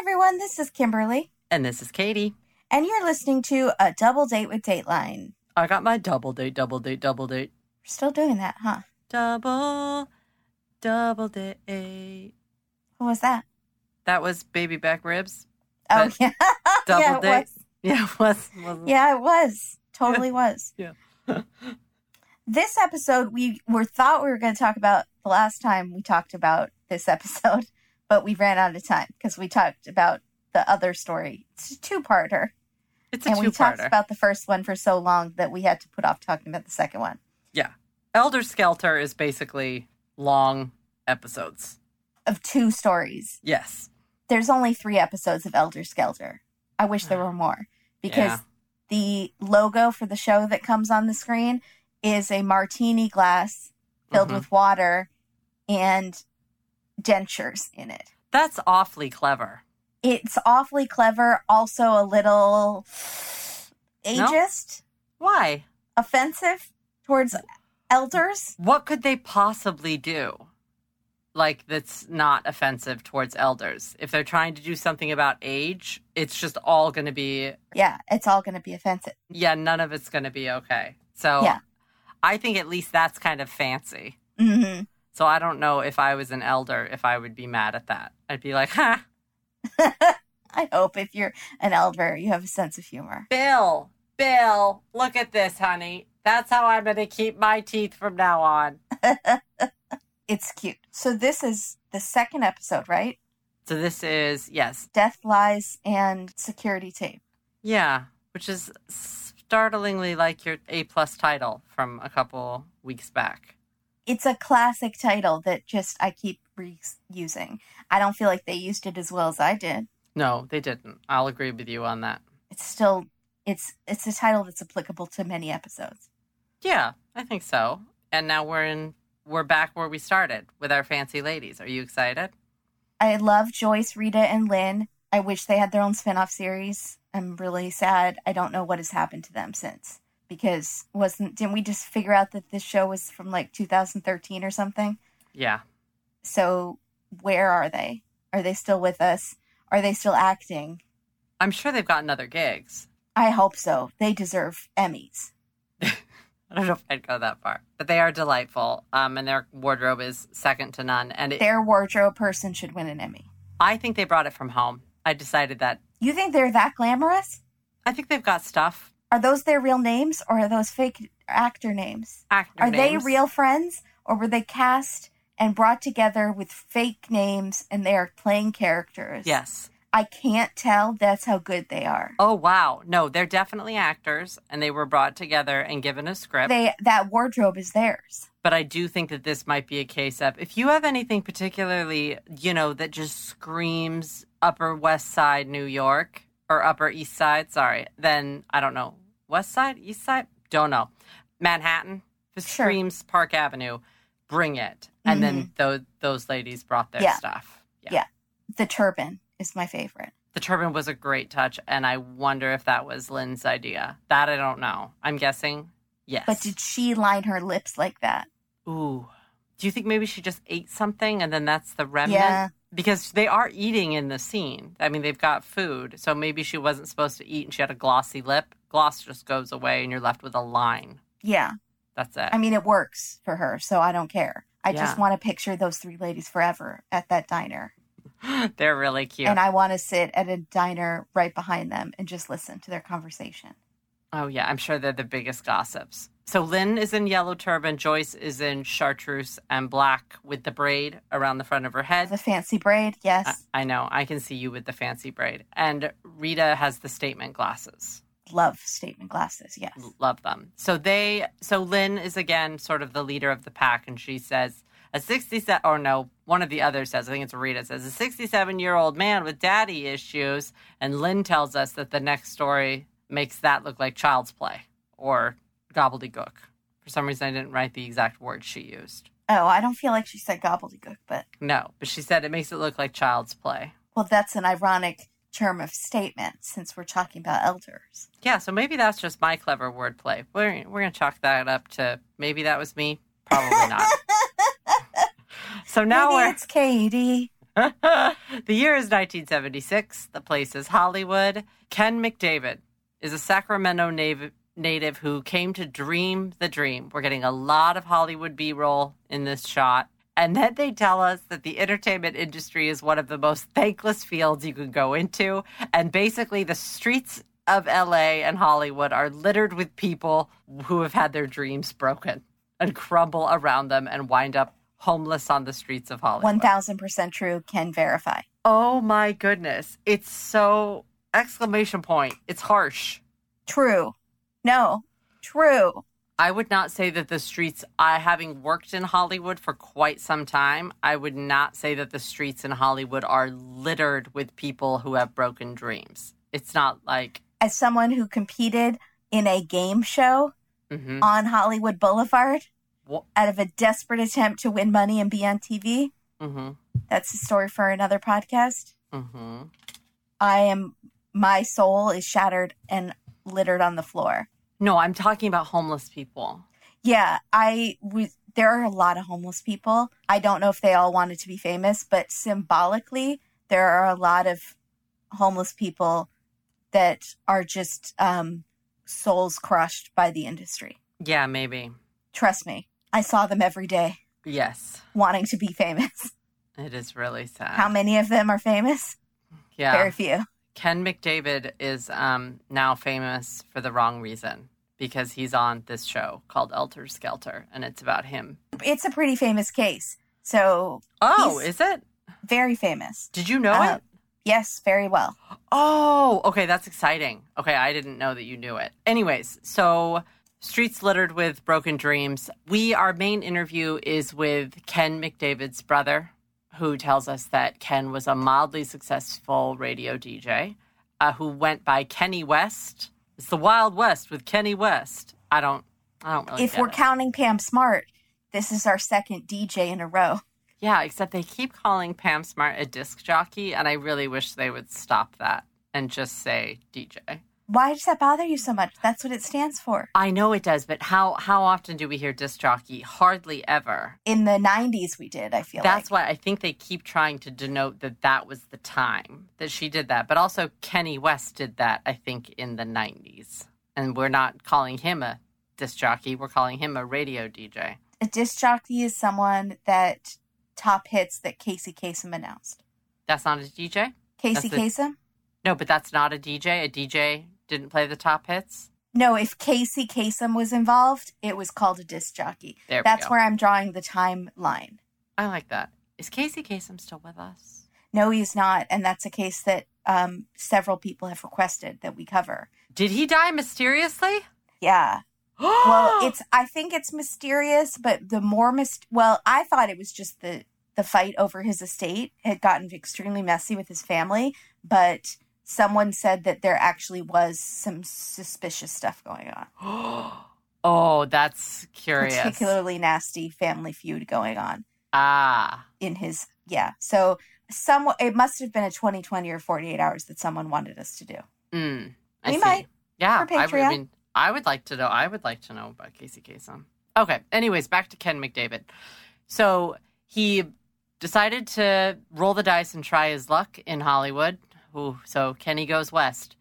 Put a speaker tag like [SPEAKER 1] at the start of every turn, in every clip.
[SPEAKER 1] everyone. This is Kimberly,
[SPEAKER 2] And this is Katie.
[SPEAKER 1] and you're listening to A Double Date with Dateline.
[SPEAKER 2] I got my double date, double date, double date,
[SPEAKER 1] We're still doing that, huh?
[SPEAKER 2] double, double date.
[SPEAKER 1] What was that?
[SPEAKER 2] That was baby back ribs.
[SPEAKER 1] Oh,
[SPEAKER 2] But
[SPEAKER 1] yeah.
[SPEAKER 2] Double
[SPEAKER 1] yeah, it
[SPEAKER 2] date.
[SPEAKER 1] was.
[SPEAKER 2] Yeah, it was. wasn't it?
[SPEAKER 1] Yeah, it was. Totally was.
[SPEAKER 2] Yeah.
[SPEAKER 1] this episode, we were thought we were going to talk about the last time we talked about this episode, but we ran out of time because we talked about the other story. It's a two-parter.
[SPEAKER 2] It's a
[SPEAKER 1] and we talked
[SPEAKER 2] two-parter.
[SPEAKER 1] about the first one for so long that we had to put off talking about the second one.
[SPEAKER 2] yeah. Elder Skelter is basically long episodes.
[SPEAKER 1] Of two stories,
[SPEAKER 2] Yes.
[SPEAKER 1] there's only three episodes of Elder Skelter. I wish there were more because
[SPEAKER 2] Yeah.
[SPEAKER 1] the logo for the show that comes on the screen is a martini glass filled
[SPEAKER 2] Mhm.
[SPEAKER 1] with water and dentures in it.
[SPEAKER 2] That's awfully clever.
[SPEAKER 1] It's awfully clever, also a little ageist,
[SPEAKER 2] Why?
[SPEAKER 1] offensive towards elders.
[SPEAKER 2] What could they possibly do? Like, that's not offensive towards elders. If they're trying to do something about age, it's just all going to be
[SPEAKER 1] Yeah, it's all going to be offensive.
[SPEAKER 2] yeah, none of it's going to be okay. So
[SPEAKER 1] Yeah.
[SPEAKER 2] I think at least that's kind of fancy.
[SPEAKER 1] hmm
[SPEAKER 2] So I don't know if I was an elder if I would be mad at that. I'd be like, "Ha,
[SPEAKER 1] I hope if you're an elder, you have a sense of humor.
[SPEAKER 2] Bill, Bill, look at this, honey. That's how I'm going to keep my teeth from now on."
[SPEAKER 1] It's cute. So this is the second episode, right?
[SPEAKER 2] So this is yes.
[SPEAKER 1] Death, lies, and security tape.
[SPEAKER 2] Yeah, which is startlingly like your A+ plus title from a couple weeks back.
[SPEAKER 1] It's a classic title that just I keep reusing. I don't feel like they used it as well as I did.
[SPEAKER 2] No, they didn't. I'll agree with you on that.
[SPEAKER 1] It's still it's it's a title that's applicable to many episodes.
[SPEAKER 2] Yeah, I think so. And now we're in we're back where we started with our fancy ladies. Are you excited?
[SPEAKER 1] I love Joyce, Rita, and Lynn. I wish they had their own spin-off series. I'm really sad. I don't know what has happened to them since because wasn't didn't we just figure out that this show was from like 2013 or something?
[SPEAKER 2] Yeah.
[SPEAKER 1] So where are they? Are they still with us? Are they still acting?
[SPEAKER 2] I'm sure they've gotten other gigs.
[SPEAKER 1] I hope so. They deserve Emmys.
[SPEAKER 2] I don't know if I'd go that far, but they are delightful. Um, and their wardrobe is second to none. And it,
[SPEAKER 1] Their wardrobe person should win an Emmy.
[SPEAKER 2] I think they brought it from home. I decided that.
[SPEAKER 1] You think they're that glamorous?
[SPEAKER 2] I think they've got stuff.
[SPEAKER 1] Are those their real names or are those fake actor names?
[SPEAKER 2] Actor
[SPEAKER 1] Are
[SPEAKER 2] names.
[SPEAKER 1] they real friends or were they cast and brought together with fake names and they are playing characters?
[SPEAKER 2] Yes.
[SPEAKER 1] I can't tell. That's how good they are.
[SPEAKER 2] Oh wow. No, they're definitely actors, and they were brought together and given a script.
[SPEAKER 1] They that wardrobe is theirs.
[SPEAKER 2] but I do think that this might be a case of if you have anything particularly, you know, that just screams Upper West Side New York or Upper East Side, sorry, then I don't know, West Side, East Side, don't know, Manhattan, if it
[SPEAKER 1] Sure. Mm-hmm.
[SPEAKER 2] screams Park Avenue, bring it. And then those those ladies brought their
[SPEAKER 1] Yeah.
[SPEAKER 2] stuff. Yeah.
[SPEAKER 1] Yeah. The turban is my favorite.
[SPEAKER 2] The turban was a great touch, and I wonder if that was Lynn's idea. That I don't know. I'm guessing yes.
[SPEAKER 1] But did she line her lips like that?
[SPEAKER 2] Ooh. Do you think maybe she just ate something and then that's the remnant?
[SPEAKER 1] Yeah.
[SPEAKER 2] Because they are eating in the scene. I mean, they've got food. So maybe she wasn't supposed to eat and she had a glossy lip. Gloss just goes away and you're left with a line.
[SPEAKER 1] Yeah.
[SPEAKER 2] That's it.
[SPEAKER 1] I mean it works for her, so I don't care. I just
[SPEAKER 2] Yeah.
[SPEAKER 1] want to picture those three ladies forever at that diner.
[SPEAKER 2] They're really cute.
[SPEAKER 1] And I want to sit at a diner right behind them and just listen to their conversation.
[SPEAKER 2] oh, yeah. I'm sure they're the biggest gossips. So Lynn is in yellow turban. Joyce is in chartreuse and black with the braid around the front of her head.
[SPEAKER 1] The fancy braid, yes.
[SPEAKER 2] I, I know. I can see you with the fancy braid. And Rita has the statement glasses.
[SPEAKER 1] love statement glasses. Yes.
[SPEAKER 2] love them. So they, so Lynn is again sort of the leader of the pack, and she says a sixty-seven, or no, one of the others says, I think it's Rita says a sixty-seven-year-old man with daddy issues, and Lynn tells us that the next story makes that look like child's play or gobbledygook. For some reason, I didn't write the exact words she used.
[SPEAKER 1] Oh, I don't feel like she said gobbledygook, but
[SPEAKER 2] No, but she said it makes it look like child's play.
[SPEAKER 1] well, that's an ironic term of statement since we're talking about elders.
[SPEAKER 2] Yeah, so maybe that's just my clever wordplay. We're we're gonna chalk that up to maybe that was me. Probably not. so now
[SPEAKER 1] Maybe
[SPEAKER 2] we're
[SPEAKER 1] it's Katie.
[SPEAKER 2] the year is 1976. The place is Hollywood. Ken McDavid is a Sacramento nav- native who came to dream the dream. We're getting a lot of Hollywood B roll in this shot. And then they tell us that the entertainment industry is one of the most thankless fields you can go into. And basically, the streets of LA and Hollywood are littered with people who have had their dreams broken and crumble around them and wind up homeless on the streets of Hollywood.
[SPEAKER 1] 1000% true, can verify.
[SPEAKER 2] Oh my goodness. It's so exclamation point. It's harsh.
[SPEAKER 1] True. No, true.
[SPEAKER 2] I would not say that the streets I having worked in Hollywood for quite some time, I would not say that the streets in Hollywood are littered with people who have broken dreams. It's not like
[SPEAKER 1] As someone who competed in a game show
[SPEAKER 2] mhm.
[SPEAKER 1] on Hollywood Boulevard
[SPEAKER 2] Wha-
[SPEAKER 1] out of a desperate attempt to win money and be on TV,
[SPEAKER 2] Mhm.
[SPEAKER 1] that's a story for another podcast.
[SPEAKER 2] Mhm.
[SPEAKER 1] I am, my soul is shattered and littered on the floor.
[SPEAKER 2] No, I'm talking about homeless people.
[SPEAKER 1] Yeah, I was. There are a lot of homeless people. I don't know if they all wanted to be famous, but symbolically, there are a lot of homeless people that are just um, souls crushed by the industry.
[SPEAKER 2] Yeah, maybe.
[SPEAKER 1] Trust me, I saw them every day
[SPEAKER 2] Yes.
[SPEAKER 1] wanting to be famous.
[SPEAKER 2] It is really sad.
[SPEAKER 1] How many of them are famous?
[SPEAKER 2] yeah.
[SPEAKER 1] Very few.
[SPEAKER 2] Ken McDavid is um, now famous for the wrong reason because he's on this show called Elter Skelter, and it's about him.
[SPEAKER 1] It's a pretty famous case. So,
[SPEAKER 2] Oh,
[SPEAKER 1] He's-
[SPEAKER 2] is it?
[SPEAKER 1] very famous.
[SPEAKER 2] Did you know
[SPEAKER 1] Uh,
[SPEAKER 2] it?
[SPEAKER 1] Yes, very well.
[SPEAKER 2] Oh, okay, that's exciting. Okay, I didn't know that you knew it. Anyways, so streets littered with broken dreams. We our main interview is with Ken McDavid's brother, who tells us that Ken was a mildly successful radio DJ uh, who went by Kenny West. It's the Wild West with Kenny West. I don't, I don't really.
[SPEAKER 1] If
[SPEAKER 2] get
[SPEAKER 1] we're
[SPEAKER 2] it.
[SPEAKER 1] counting Pam Smart, this is our second DJ in a row.
[SPEAKER 2] yeah, except they keep calling Pam Smart a disc jockey, and I really wish they would stop that and just say DJ.
[SPEAKER 1] Why does that bother you so much? That's what it stands for.
[SPEAKER 2] I know it does, but how how often do we hear disc jockey? Hardly ever.
[SPEAKER 1] In the 90s, we did, I feel
[SPEAKER 2] That's
[SPEAKER 1] like.
[SPEAKER 2] why I think they keep trying to denote that that was the time that she did that. But also Kenny West did that, I think, in the '90s, and we're not calling him a disc jockey. We're calling him a radio DJ.
[SPEAKER 1] A disc jockey is someone that top hits that Casey Kasem announced.
[SPEAKER 2] That's not a DJ.
[SPEAKER 1] Casey
[SPEAKER 2] That's
[SPEAKER 1] Kasem?
[SPEAKER 2] No, but that's not a DJ. A DJ didn't play the top hits.
[SPEAKER 1] No, if Casey Kasem was involved, it was called a disc jockey.
[SPEAKER 2] There we
[SPEAKER 1] That's
[SPEAKER 2] go.
[SPEAKER 1] where I'm drawing the timeline.
[SPEAKER 2] I like that. Is Casey Kasem still with us?
[SPEAKER 1] No, he's not. And that's a case that um, several people have requested that we cover.
[SPEAKER 2] Did he die mysteriously?
[SPEAKER 1] Yeah. well it's i think it's mysterious but the more myst- well i thought it was just the the fight over his estate had gotten extremely messy with his family but someone said that there actually was some suspicious stuff going on
[SPEAKER 2] oh, that's curious.
[SPEAKER 1] particularly nasty family feud going on
[SPEAKER 2] Ah,
[SPEAKER 1] in his yeah so some it must have been a 2020 or 48 hours that someone wanted us to do
[SPEAKER 2] mm, I
[SPEAKER 1] we
[SPEAKER 2] see.
[SPEAKER 1] might
[SPEAKER 2] Yeah,
[SPEAKER 1] for
[SPEAKER 2] I, would- I
[SPEAKER 1] Patreon.
[SPEAKER 2] mean, I would like to know. I would like to know about Casey Kasem. Okay. Anyways, back to Ken McDavid. So he decided to roll the dice and try his luck in Hollywood. Ooh, so Kenny goes west.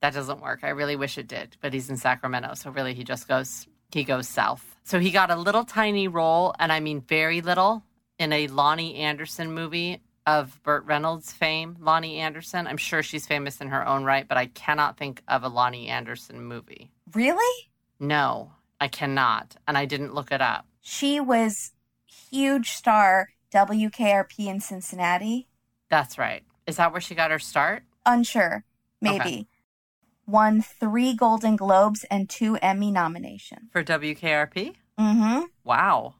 [SPEAKER 2] That doesn't work. I really wish it did, but he's in Sacramento, so really he just goes he goes south. So he got a little tiny role, and I mean very little, in a Lonnie Anderson movie of Burt Reynolds fame. Lonnie Anderson. I'm sure she's famous in her own right, but I cannot think of a Lonnie Anderson movie.
[SPEAKER 1] really
[SPEAKER 2] No, I cannot, and I didn't look it up.
[SPEAKER 1] she was huge star wkrp in cincinnati
[SPEAKER 2] That's right. Is that where she got her start?
[SPEAKER 1] unsure maybe
[SPEAKER 2] Okay.
[SPEAKER 1] won three golden globes and two emmy nominations
[SPEAKER 2] For WKRP?
[SPEAKER 1] mm-hmm
[SPEAKER 2] Wow.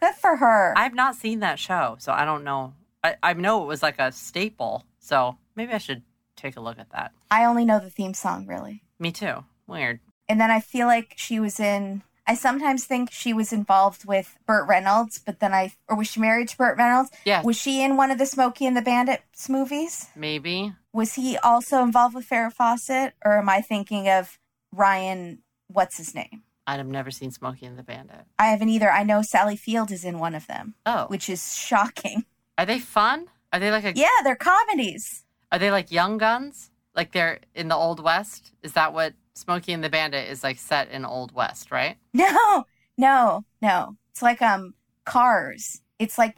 [SPEAKER 1] good for her
[SPEAKER 2] I've not seen that show, so I don't know. I, I know it was like a staple, so maybe I should take a look at that.
[SPEAKER 1] I only know the theme song really
[SPEAKER 2] Me too. Weird.
[SPEAKER 1] and then i feel like she was in i sometimes think she was involved with burt reynolds but then i or was she married to burt reynolds
[SPEAKER 2] Yeah,
[SPEAKER 1] was she in one of the smokey and the bandits movies
[SPEAKER 2] maybe.
[SPEAKER 1] was he also involved with farrah fawcett or am i thinking of ryan what's his name
[SPEAKER 2] I'd have never seen Smokey and the Bandit.
[SPEAKER 1] i haven't either i know sally field is in one of them
[SPEAKER 2] Oh,
[SPEAKER 1] which is shocking
[SPEAKER 2] are they fun? Are they like a,
[SPEAKER 1] Yeah, they're comedies.
[SPEAKER 2] are they like young guns? Like they're in the old west? Is that what Smokey and the Bandit is like set in old west, right?
[SPEAKER 1] No, no, no. It's like um cars. It's like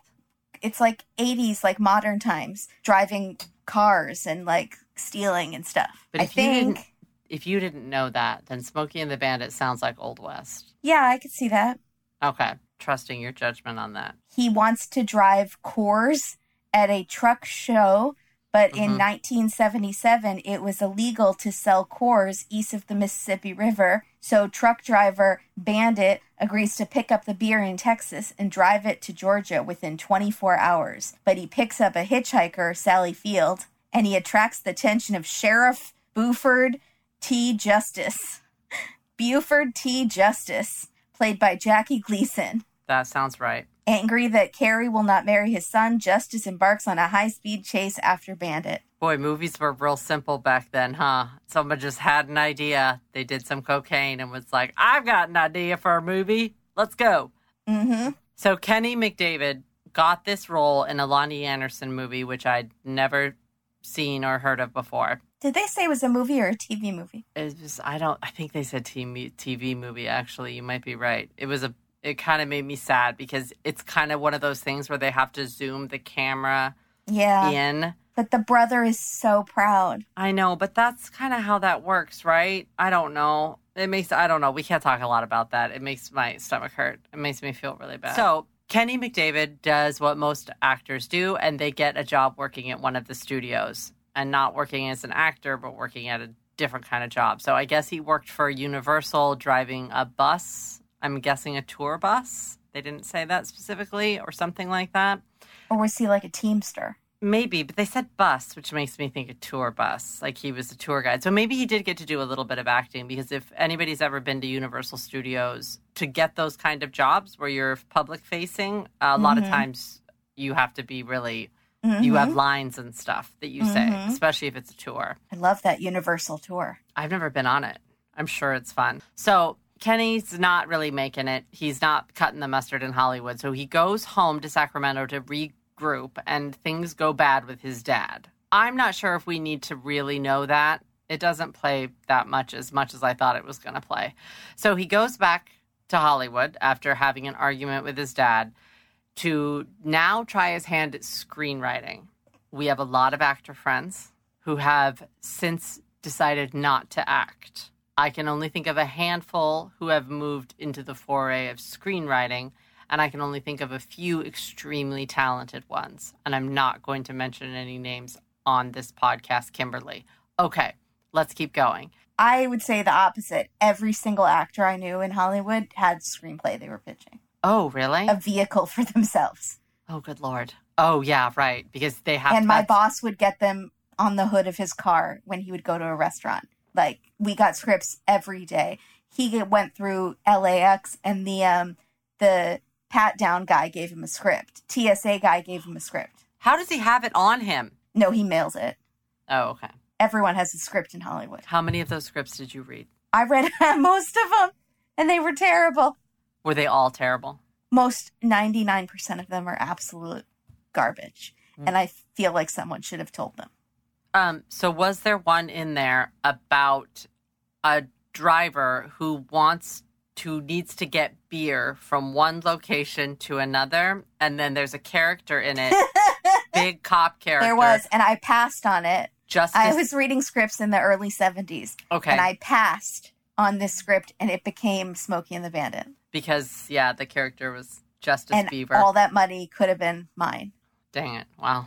[SPEAKER 1] it's like eighties, like modern times, driving cars and like stealing and stuff.
[SPEAKER 2] But
[SPEAKER 1] I
[SPEAKER 2] if you
[SPEAKER 1] think
[SPEAKER 2] didn't- If you didn't know that, then Smokey and the Bandit sounds like old west.
[SPEAKER 1] Yeah, I could see that.
[SPEAKER 2] Okay, trusting your judgment on that.
[SPEAKER 1] He wants to drive cars at a truck show, but in
[SPEAKER 2] Mhm.
[SPEAKER 1] 1977 it was illegal to sell cars east of the Mississippi River. So truck driver Bandit agrees to pick up the beer in Texas and drive it to Georgia within 24 hours. But he picks up a hitchhiker, Sally Field, and he attracts the attention of Sheriff Buford T. Justice. Buford T. Justice, played by Jackie Gleason.
[SPEAKER 2] That sounds right.
[SPEAKER 1] Angry that Carrie will not marry his son, Justice embarks on a high speed chase after Bandit.
[SPEAKER 2] Boy, movies were real simple back then, huh? Someone just had an idea. They did some cocaine and was like, I've got an idea for a movie. Let's go.
[SPEAKER 1] Mm-hmm.
[SPEAKER 2] So Kenny McDavid got this role in a Lonnie Anderson movie, which I'd never seen or heard of before.
[SPEAKER 1] Did they say it was a movie or a TV movie?
[SPEAKER 2] It was I don't I think they said TV TV movie actually. You might be right. It was a it kind of made me sad because it's kind of one of those things where they have to zoom the camera
[SPEAKER 1] Yeah.
[SPEAKER 2] in.
[SPEAKER 1] But the brother is so proud.
[SPEAKER 2] I know, but that's kind of how that works, right? I don't know. It makes I don't know. We can't talk a lot about that. It makes my stomach hurt. It makes me feel really bad. So Kenny McDavid does what most actors do, and they get a job working at one of the studios, and not working as an actor, but working at a different kind of job. So I guess he worked for Universal driving a bus. I'm guessing a tour bus. They didn't say that specifically, or something like that.
[SPEAKER 1] Or was he like a teamster?
[SPEAKER 2] Maybe, but they said bus, which makes me think a tour bus, like he was a tour guide. So maybe he did get to do a little bit of acting because if anybody's ever been to Universal Studios to get those kind of jobs where you're public facing, a lot of
[SPEAKER 1] Mhm.
[SPEAKER 2] times you have to be really,
[SPEAKER 1] Mm-hmm.
[SPEAKER 2] you have lines and stuff that you say,
[SPEAKER 1] Mhm.
[SPEAKER 2] especially if it's a tour.
[SPEAKER 1] I love that Universal tour.
[SPEAKER 2] I've never been on it. I'm sure it's fun. So Kenny's not really making it. He's not cutting the mustard in Hollywood. So he goes home to Sacramento to regroup, and things go bad with his dad. I'm not sure if we need to really know that. It doesn't play that much as much as I thought it was going to play. So he goes back to Hollywood after having an argument with his dad to now try his hand at screenwriting. We have a lot of actor friends who have since decided not to act. I can only think of a handful who have moved into the foray of screenwriting, and I can only think of a few extremely talented ones. And I'm not going to mention any names on this podcast, Kimberly. Okay, let's keep going.
[SPEAKER 1] I would say the opposite. Every single actor I knew in Hollywood had screenplay they were pitching,
[SPEAKER 2] Oh, really?
[SPEAKER 1] a vehicle for themselves.
[SPEAKER 2] Oh, good lord. Oh, yeah, right. Because they have
[SPEAKER 1] and my
[SPEAKER 2] that's-
[SPEAKER 1] boss would get them on the hood of his car when he would go to a restaurant. Like we got scripts every day. He get- went through LAX, and the um the pat down guy gave him a script. TSA guy gave him a script.
[SPEAKER 2] How does he have it on him?
[SPEAKER 1] No, he mails it.
[SPEAKER 2] Oh, okay.
[SPEAKER 1] Everyone has a script in Hollywood.
[SPEAKER 2] How many of those scripts did you read?
[SPEAKER 1] I read most of them, and they were terrible.
[SPEAKER 2] Were they all terrible?
[SPEAKER 1] Most ninety nine percent of them are absolute garbage, and I feel like someone should have told them.
[SPEAKER 2] Um, so was there one in there about a driver who wants to needs to get beer from one location to another, and then there's a character in it, big cop character.
[SPEAKER 1] There was, and I passed on it.
[SPEAKER 2] Justice.
[SPEAKER 1] I was reading scripts in the early 70s
[SPEAKER 2] okay
[SPEAKER 1] and I passed on this script and it became Smokey and the Bandit.
[SPEAKER 2] because yeah, the character was Justice
[SPEAKER 1] and
[SPEAKER 2] Beaver.
[SPEAKER 1] all that money could have been mine.
[SPEAKER 2] Dang it! Wow.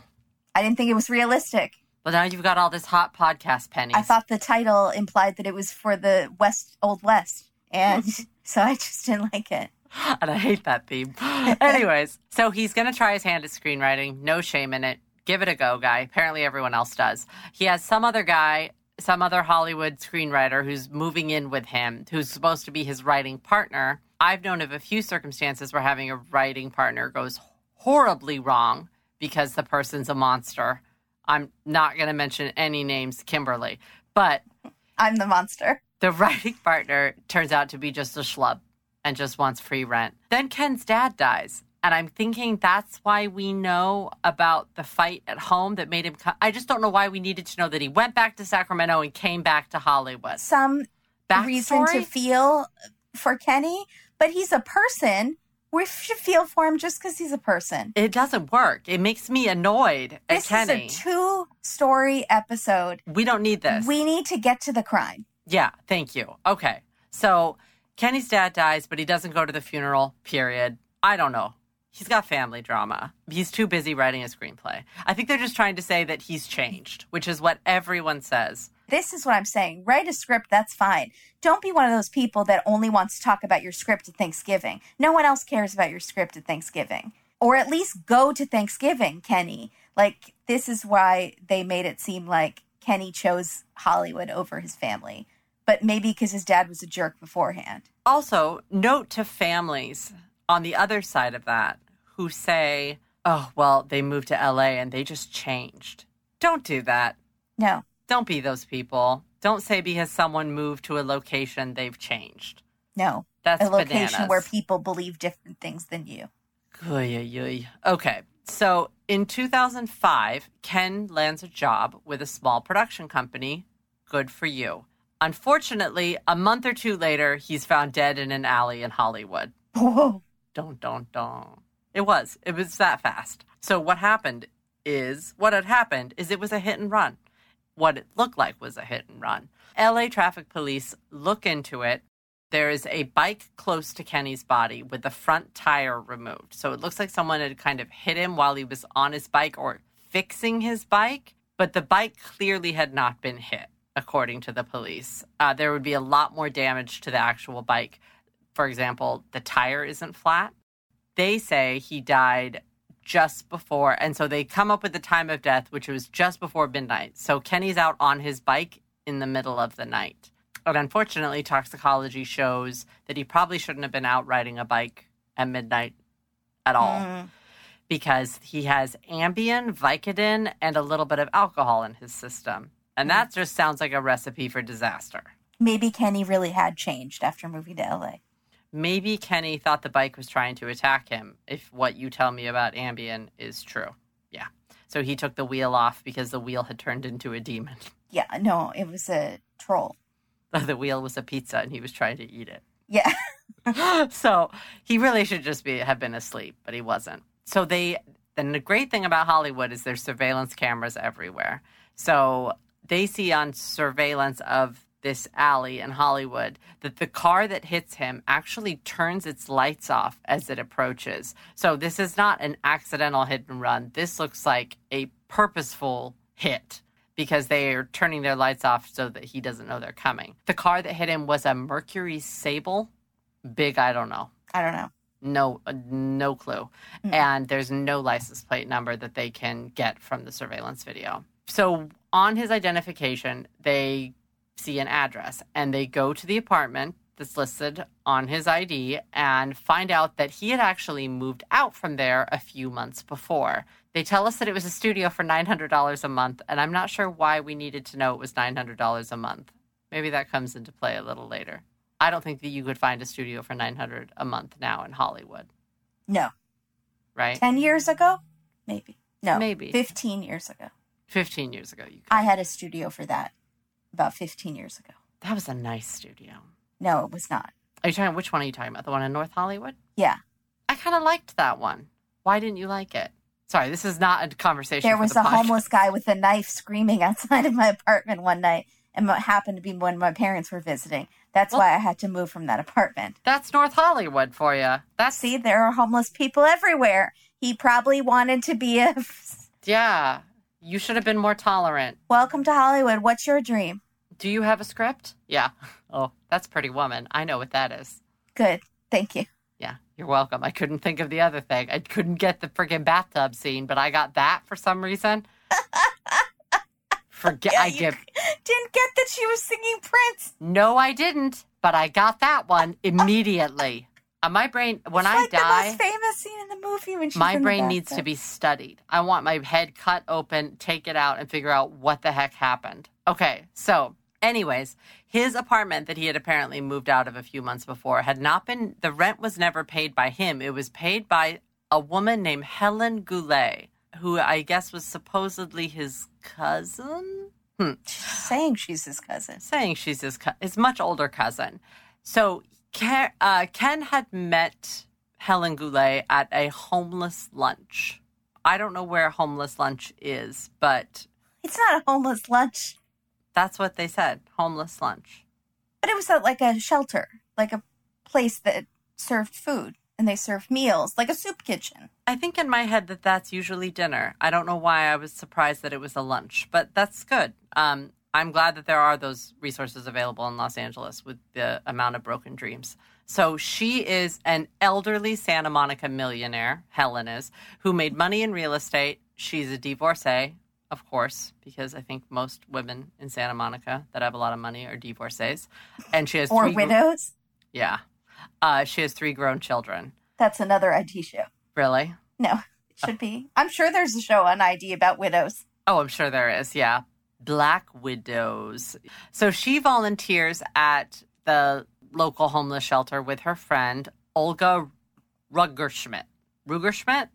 [SPEAKER 1] I didn't think it was realistic.
[SPEAKER 2] Well, now you've got all this hot podcast pennies.
[SPEAKER 1] I thought the title implied that it was for the West Old West. And so I just didn't like it.
[SPEAKER 2] and I hate that theme. Anyways, so he's going to try his hand at screenwriting. No shame in it. Give it a go, guy. Apparently, everyone else does. He has some other guy, some other Hollywood screenwriter who's moving in with him, who's supposed to be his writing partner. I've known of a few circumstances where having a writing partner goes horribly wrong because the person's a monster. I'm not going to mention any names, Kimberly, but
[SPEAKER 1] I'm the monster.
[SPEAKER 2] the writing partner turns out to be just a schlub and just wants free rent. Then Ken's dad dies, And I'm thinking that's why we know about the fight at home that made him come. I just don't know why we needed to know that he went back to Sacramento and came back to Hollywood.
[SPEAKER 1] Some
[SPEAKER 2] Backstory?
[SPEAKER 1] reason to feel for Kenny, but he's a person. We should feel for him just because he's a person.
[SPEAKER 2] it doesn't work. It makes me annoyed at
[SPEAKER 1] This
[SPEAKER 2] Kenny.
[SPEAKER 1] is a two story episode.
[SPEAKER 2] we don't need this.
[SPEAKER 1] We need to get to the crime.
[SPEAKER 2] Yeah, thank you. Okay. So Kenny's dad dies, but he doesn't go to the funeral, period. I don't know. He's got family drama. He's too busy writing a screenplay. I think they're just trying to say that he's changed, which is what everyone says.
[SPEAKER 1] This is what I'm saying. Write a script, that's fine. Don't be one of those people that only wants to talk about your script at Thanksgiving. No one else cares about your script at Thanksgiving. Or at least go to Thanksgiving, Kenny. Like, this is why they made it seem like Kenny chose Hollywood over his family. But maybe because his dad was a jerk beforehand.
[SPEAKER 2] Also, note to families on the other side of that who say, oh, well, they moved to LA and they just changed. Don't do that.
[SPEAKER 1] No,
[SPEAKER 2] Don't be those people. Don't say because someone moved to a location, they've changed.
[SPEAKER 1] no.
[SPEAKER 2] That's
[SPEAKER 1] a location
[SPEAKER 2] bananas.
[SPEAKER 1] where people believe different things than you.
[SPEAKER 2] Oy, oy, oy. Okay. So in 2005, Ken lands a job with a small production company. Good for you. Unfortunately, a month or two later, he's found dead in an alley in Hollywood.
[SPEAKER 1] Whoa.
[SPEAKER 2] Dun, dun, dun. It was. It was that fast. So what happened is, what had happened is it was a hit and run. What it looked like was a hit and run. LA traffic police look into it. There is a bike close to Kenny's body with the front tire removed. So it looks like someone had kind of hit him while he was on his bike or fixing his bike, but the bike clearly had not been hit, according to the police. Uh, there would be a lot more damage to the actual bike for example, the tire isn't flat. They say he died just before, and so they come up with the time of death, which was just before midnight. So Kenny's out on his bike in the middle of the night. But unfortunately, toxicology shows that he probably shouldn't have been out riding a bike at midnight at all
[SPEAKER 1] Mm.
[SPEAKER 2] because he has Ambien, Vicodin, and a little bit of alcohol in his system. And that just sounds like a recipe for disaster.
[SPEAKER 1] Maybe Kenny really had changed after moving to LA.
[SPEAKER 2] Maybe Kenny thought the bike was trying to attack him, if what you tell me about Ambien is true. Yeah. So he took the wheel off because the wheel had turned into a demon.
[SPEAKER 1] Yeah, no, it was a troll.
[SPEAKER 2] the wheel was a pizza and he was trying to eat it.
[SPEAKER 1] Yeah.
[SPEAKER 2] so he really should just be have been asleep, but he wasn't. So they then the great thing about Hollywood is there's surveillance cameras everywhere. So they see on surveillance of this alley in Hollywood that the car that hits him actually turns its lights off as it approaches. So this is not an accidental hit and run. This looks like a purposeful hit because they are turning their lights off so that he doesn't know they're coming. The car that hit him was a Mercury Sable big i don't know
[SPEAKER 1] I don't know.
[SPEAKER 2] no uh, no clue
[SPEAKER 1] Mm.
[SPEAKER 2] and there's no license plate number that they can get from the surveillance video so on his identification they see an address and they go to the apartment that's listed on his id and find out that he had actually moved out from there a few months before they tell us that it was a studio for $900 a month and i'm not sure why we needed to know it was $900 a month maybe that comes into play a little later I don't think that you could find a studio for 900 a month now in Hollywood,
[SPEAKER 1] No.
[SPEAKER 2] right?
[SPEAKER 1] 10 years ago? Maybe. No.
[SPEAKER 2] Maybe.
[SPEAKER 1] 15 years ago.
[SPEAKER 2] 15 years ago you could.
[SPEAKER 1] I had a studio for that about 15 years ago.
[SPEAKER 2] that was a nice studio.
[SPEAKER 1] No, it was not.
[SPEAKER 2] Are you talking which one are you talking about? The one in North Hollywood?
[SPEAKER 1] Yeah.
[SPEAKER 2] I kind of liked that one. Why didn't you like it? Sorry, this is not a conversation.
[SPEAKER 1] There
[SPEAKER 2] for
[SPEAKER 1] was
[SPEAKER 2] the
[SPEAKER 1] a
[SPEAKER 2] podcast.
[SPEAKER 1] homeless guy with a knife screaming outside of my apartment one night, and it happened to be when my parents were visiting. That's
[SPEAKER 2] Well-
[SPEAKER 1] why I had to move from that apartment.
[SPEAKER 2] That's North Hollywood for you. That's
[SPEAKER 1] See, there are homeless people everywhere. He probably wanted to be a.
[SPEAKER 2] yeah. You should have been more tolerant.
[SPEAKER 1] Welcome to Hollywood. What's your dream?
[SPEAKER 2] Do you have a script? Yeah. Oh, that's Pretty Woman. I know what that is.
[SPEAKER 1] Good. Thank you.
[SPEAKER 2] Yeah, you're welcome. I couldn't think of the other thing. I couldn't get the friggin' bathtub scene, but I got that for some reason. Forget
[SPEAKER 1] Yeah,
[SPEAKER 2] I
[SPEAKER 1] you-
[SPEAKER 2] give
[SPEAKER 1] Didn't get that she was singing Prince.
[SPEAKER 2] no, I didn't, but I got that one immediately. Uh, my brain, when
[SPEAKER 1] It's
[SPEAKER 2] I
[SPEAKER 1] like
[SPEAKER 2] die,
[SPEAKER 1] the most famous scene in the movie when she's
[SPEAKER 2] my
[SPEAKER 1] in the
[SPEAKER 2] brain needs to
[SPEAKER 1] bathtub.
[SPEAKER 2] be studied. I want my head cut open, take it out, and figure out what the heck happened. Okay, so, anyways, his apartment that he had apparently moved out of a few months before had not been, the rent was never paid by him. It was paid by a woman named Helen Goulet, who I guess was supposedly his cousin.
[SPEAKER 1] She's saying she's his cousin.
[SPEAKER 2] saying she's his, cou- his much older cousin. So Ken, uh, Ken had met Helen Goulet at a homeless lunch. I don't know where homeless lunch is, but
[SPEAKER 1] It's not a homeless lunch,
[SPEAKER 2] that's what they said homeless lunch.
[SPEAKER 1] but it was at like a shelter, like a place that served food and they served meals, like a soup kitchen.
[SPEAKER 2] I think in my head that that's usually dinner. I don't know why I was surprised that it was a lunch, but that's good. Um, I'm glad that there are those resources available in Los Angeles with the amount of broken dreams. So she is an elderly Santa Monica millionaire, Helen is, who made money in real estate. She's a divorcee, of course, because I think most women in Santa Monica that have a lot of money are divorcees. And she has
[SPEAKER 1] Or
[SPEAKER 2] three,
[SPEAKER 1] widows.
[SPEAKER 2] Yeah. Uh, she has three grown children.
[SPEAKER 1] That's another ID show.
[SPEAKER 2] Really?
[SPEAKER 1] No, it should be. I'm sure there's a show on ID about widows.
[SPEAKER 2] Oh, I'm sure there is. Yeah. Black Widows. So she volunteers at the local homeless shelter with her friend, Olga Ruggerschmidt. Rugerschmidt?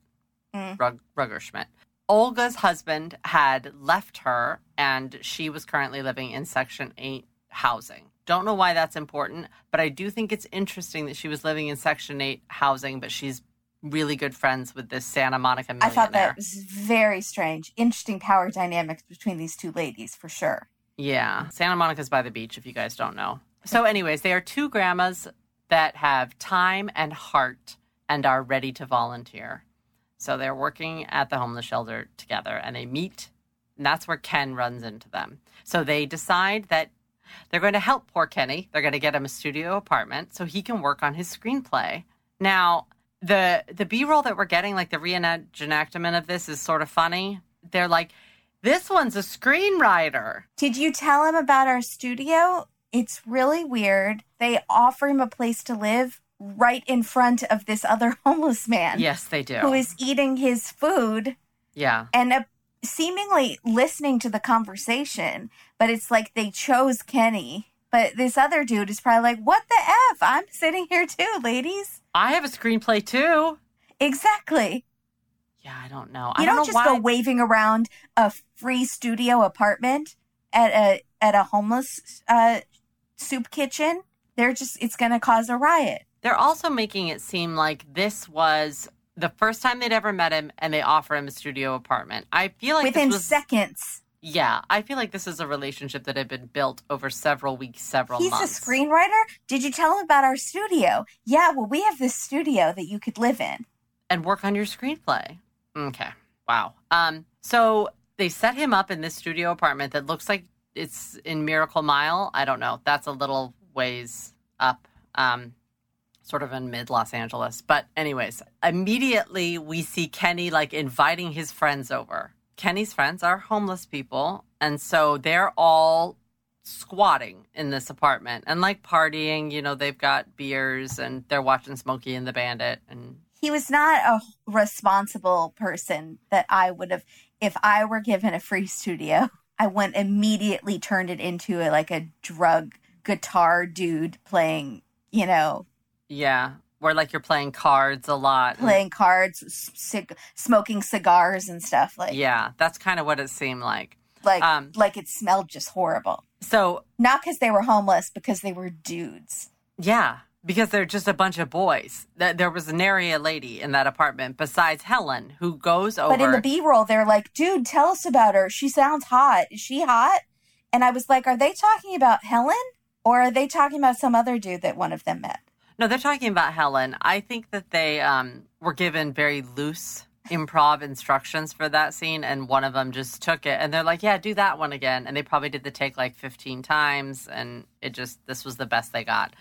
[SPEAKER 1] Mm.
[SPEAKER 2] Rug- Ruggerschmidt. Olga's husband had left her and she was currently living in Section 8 housing. Don't know why that's important, but I do think it's interesting that she was living in Section 8 housing, but she's really good friends with this Santa Monica
[SPEAKER 1] I
[SPEAKER 2] millionaire.
[SPEAKER 1] thought that was very strange. Interesting power dynamics between these two ladies for sure.
[SPEAKER 2] Yeah. Santa Monica's by the beach, if you guys don't know. So, anyways, they are two grandmas that have time and heart and are ready to volunteer. So, they're working at the homeless shelter together and they meet, and that's where Ken runs into them. So, they decide that they're going to help poor Kenny. They're going to get him a studio apartment so he can work on his screenplay. Now, the the B-roll that we're getting, like the reenactment of this, is sort of funny. They're like, "This one's a screenwriter."
[SPEAKER 1] Did you tell him about our studio? It's really weird. They offer him a place to live right in front of this other homeless man
[SPEAKER 2] Yes, they do.
[SPEAKER 1] who is eating his food
[SPEAKER 2] yeah.
[SPEAKER 1] and uh seemingly listening to the conversation. But it's like they chose Kenny. But this other dude is probably like, What the F? I'm sitting here too, ladies.
[SPEAKER 2] I have a screenplay too.
[SPEAKER 1] Exactly.
[SPEAKER 2] Yeah, I don't know.
[SPEAKER 1] You
[SPEAKER 2] I
[SPEAKER 1] don't,
[SPEAKER 2] don't, know
[SPEAKER 1] just
[SPEAKER 2] why.
[SPEAKER 1] go waving around a free studio apartment at a at a homeless uh, soup kitchen. They're just it's going to cause a riot.
[SPEAKER 2] They're also making it seem like this was the first time they'd ever met him and they offer him a studio apartment. I feel like
[SPEAKER 1] Within
[SPEAKER 2] this was,
[SPEAKER 1] seconds,
[SPEAKER 2] Yeah, I feel like this is a relationship that had been built over several weeks, several
[SPEAKER 1] he's
[SPEAKER 2] months.
[SPEAKER 1] a screenwriter. Did you tell him about our studio? Yeah, well, we have this studio that you could live in.
[SPEAKER 2] and work on your screenplay. Okay. Wow. Um, so they set him up in this studio apartment that looks like it's in Miracle Mile. I don't know. That's a little ways up, um, sort of in mid Los Angeles. But, anyways, immediately we see Kenny like inviting his friends over. Kenny's friends are homeless people. And so they're all squatting in this apartment and like partying. You know, they've got beers and they're watching Smokey and the Bandit and
[SPEAKER 1] He was not a responsible person that I would have if I were given a free studio. I wouldn't immediately turned it into a, like a drug guitar dude playing, you know,
[SPEAKER 2] Yeah, where like you're playing cards a lot. and-
[SPEAKER 1] playing cards, s- cig- smoking cigars and stuff like
[SPEAKER 2] Yeah, that's kind of what it seemed like.
[SPEAKER 1] like
[SPEAKER 2] Um,
[SPEAKER 1] like it smelled just horrible.
[SPEAKER 2] so
[SPEAKER 1] Not because they were homeless, because they were dudes.
[SPEAKER 2] yeah, because they're just a bunch of boys. Th- There was nary a lady in that apartment besides Helen, who goes over.
[SPEAKER 1] But in the B roll, they're like, "Dude, tell us about her. She sounds hot. Is she hot?" And I was like, "Are they talking about Helen, or are they talking about some other dude that one of them met?"
[SPEAKER 2] no, they're talking about Helen. I think that they um, were given very loose improv instructions for that scene, and one of them just took it, and they're like, "Yeah, do that one again." And they probably did the take like 15 times, and it just this was the best they got.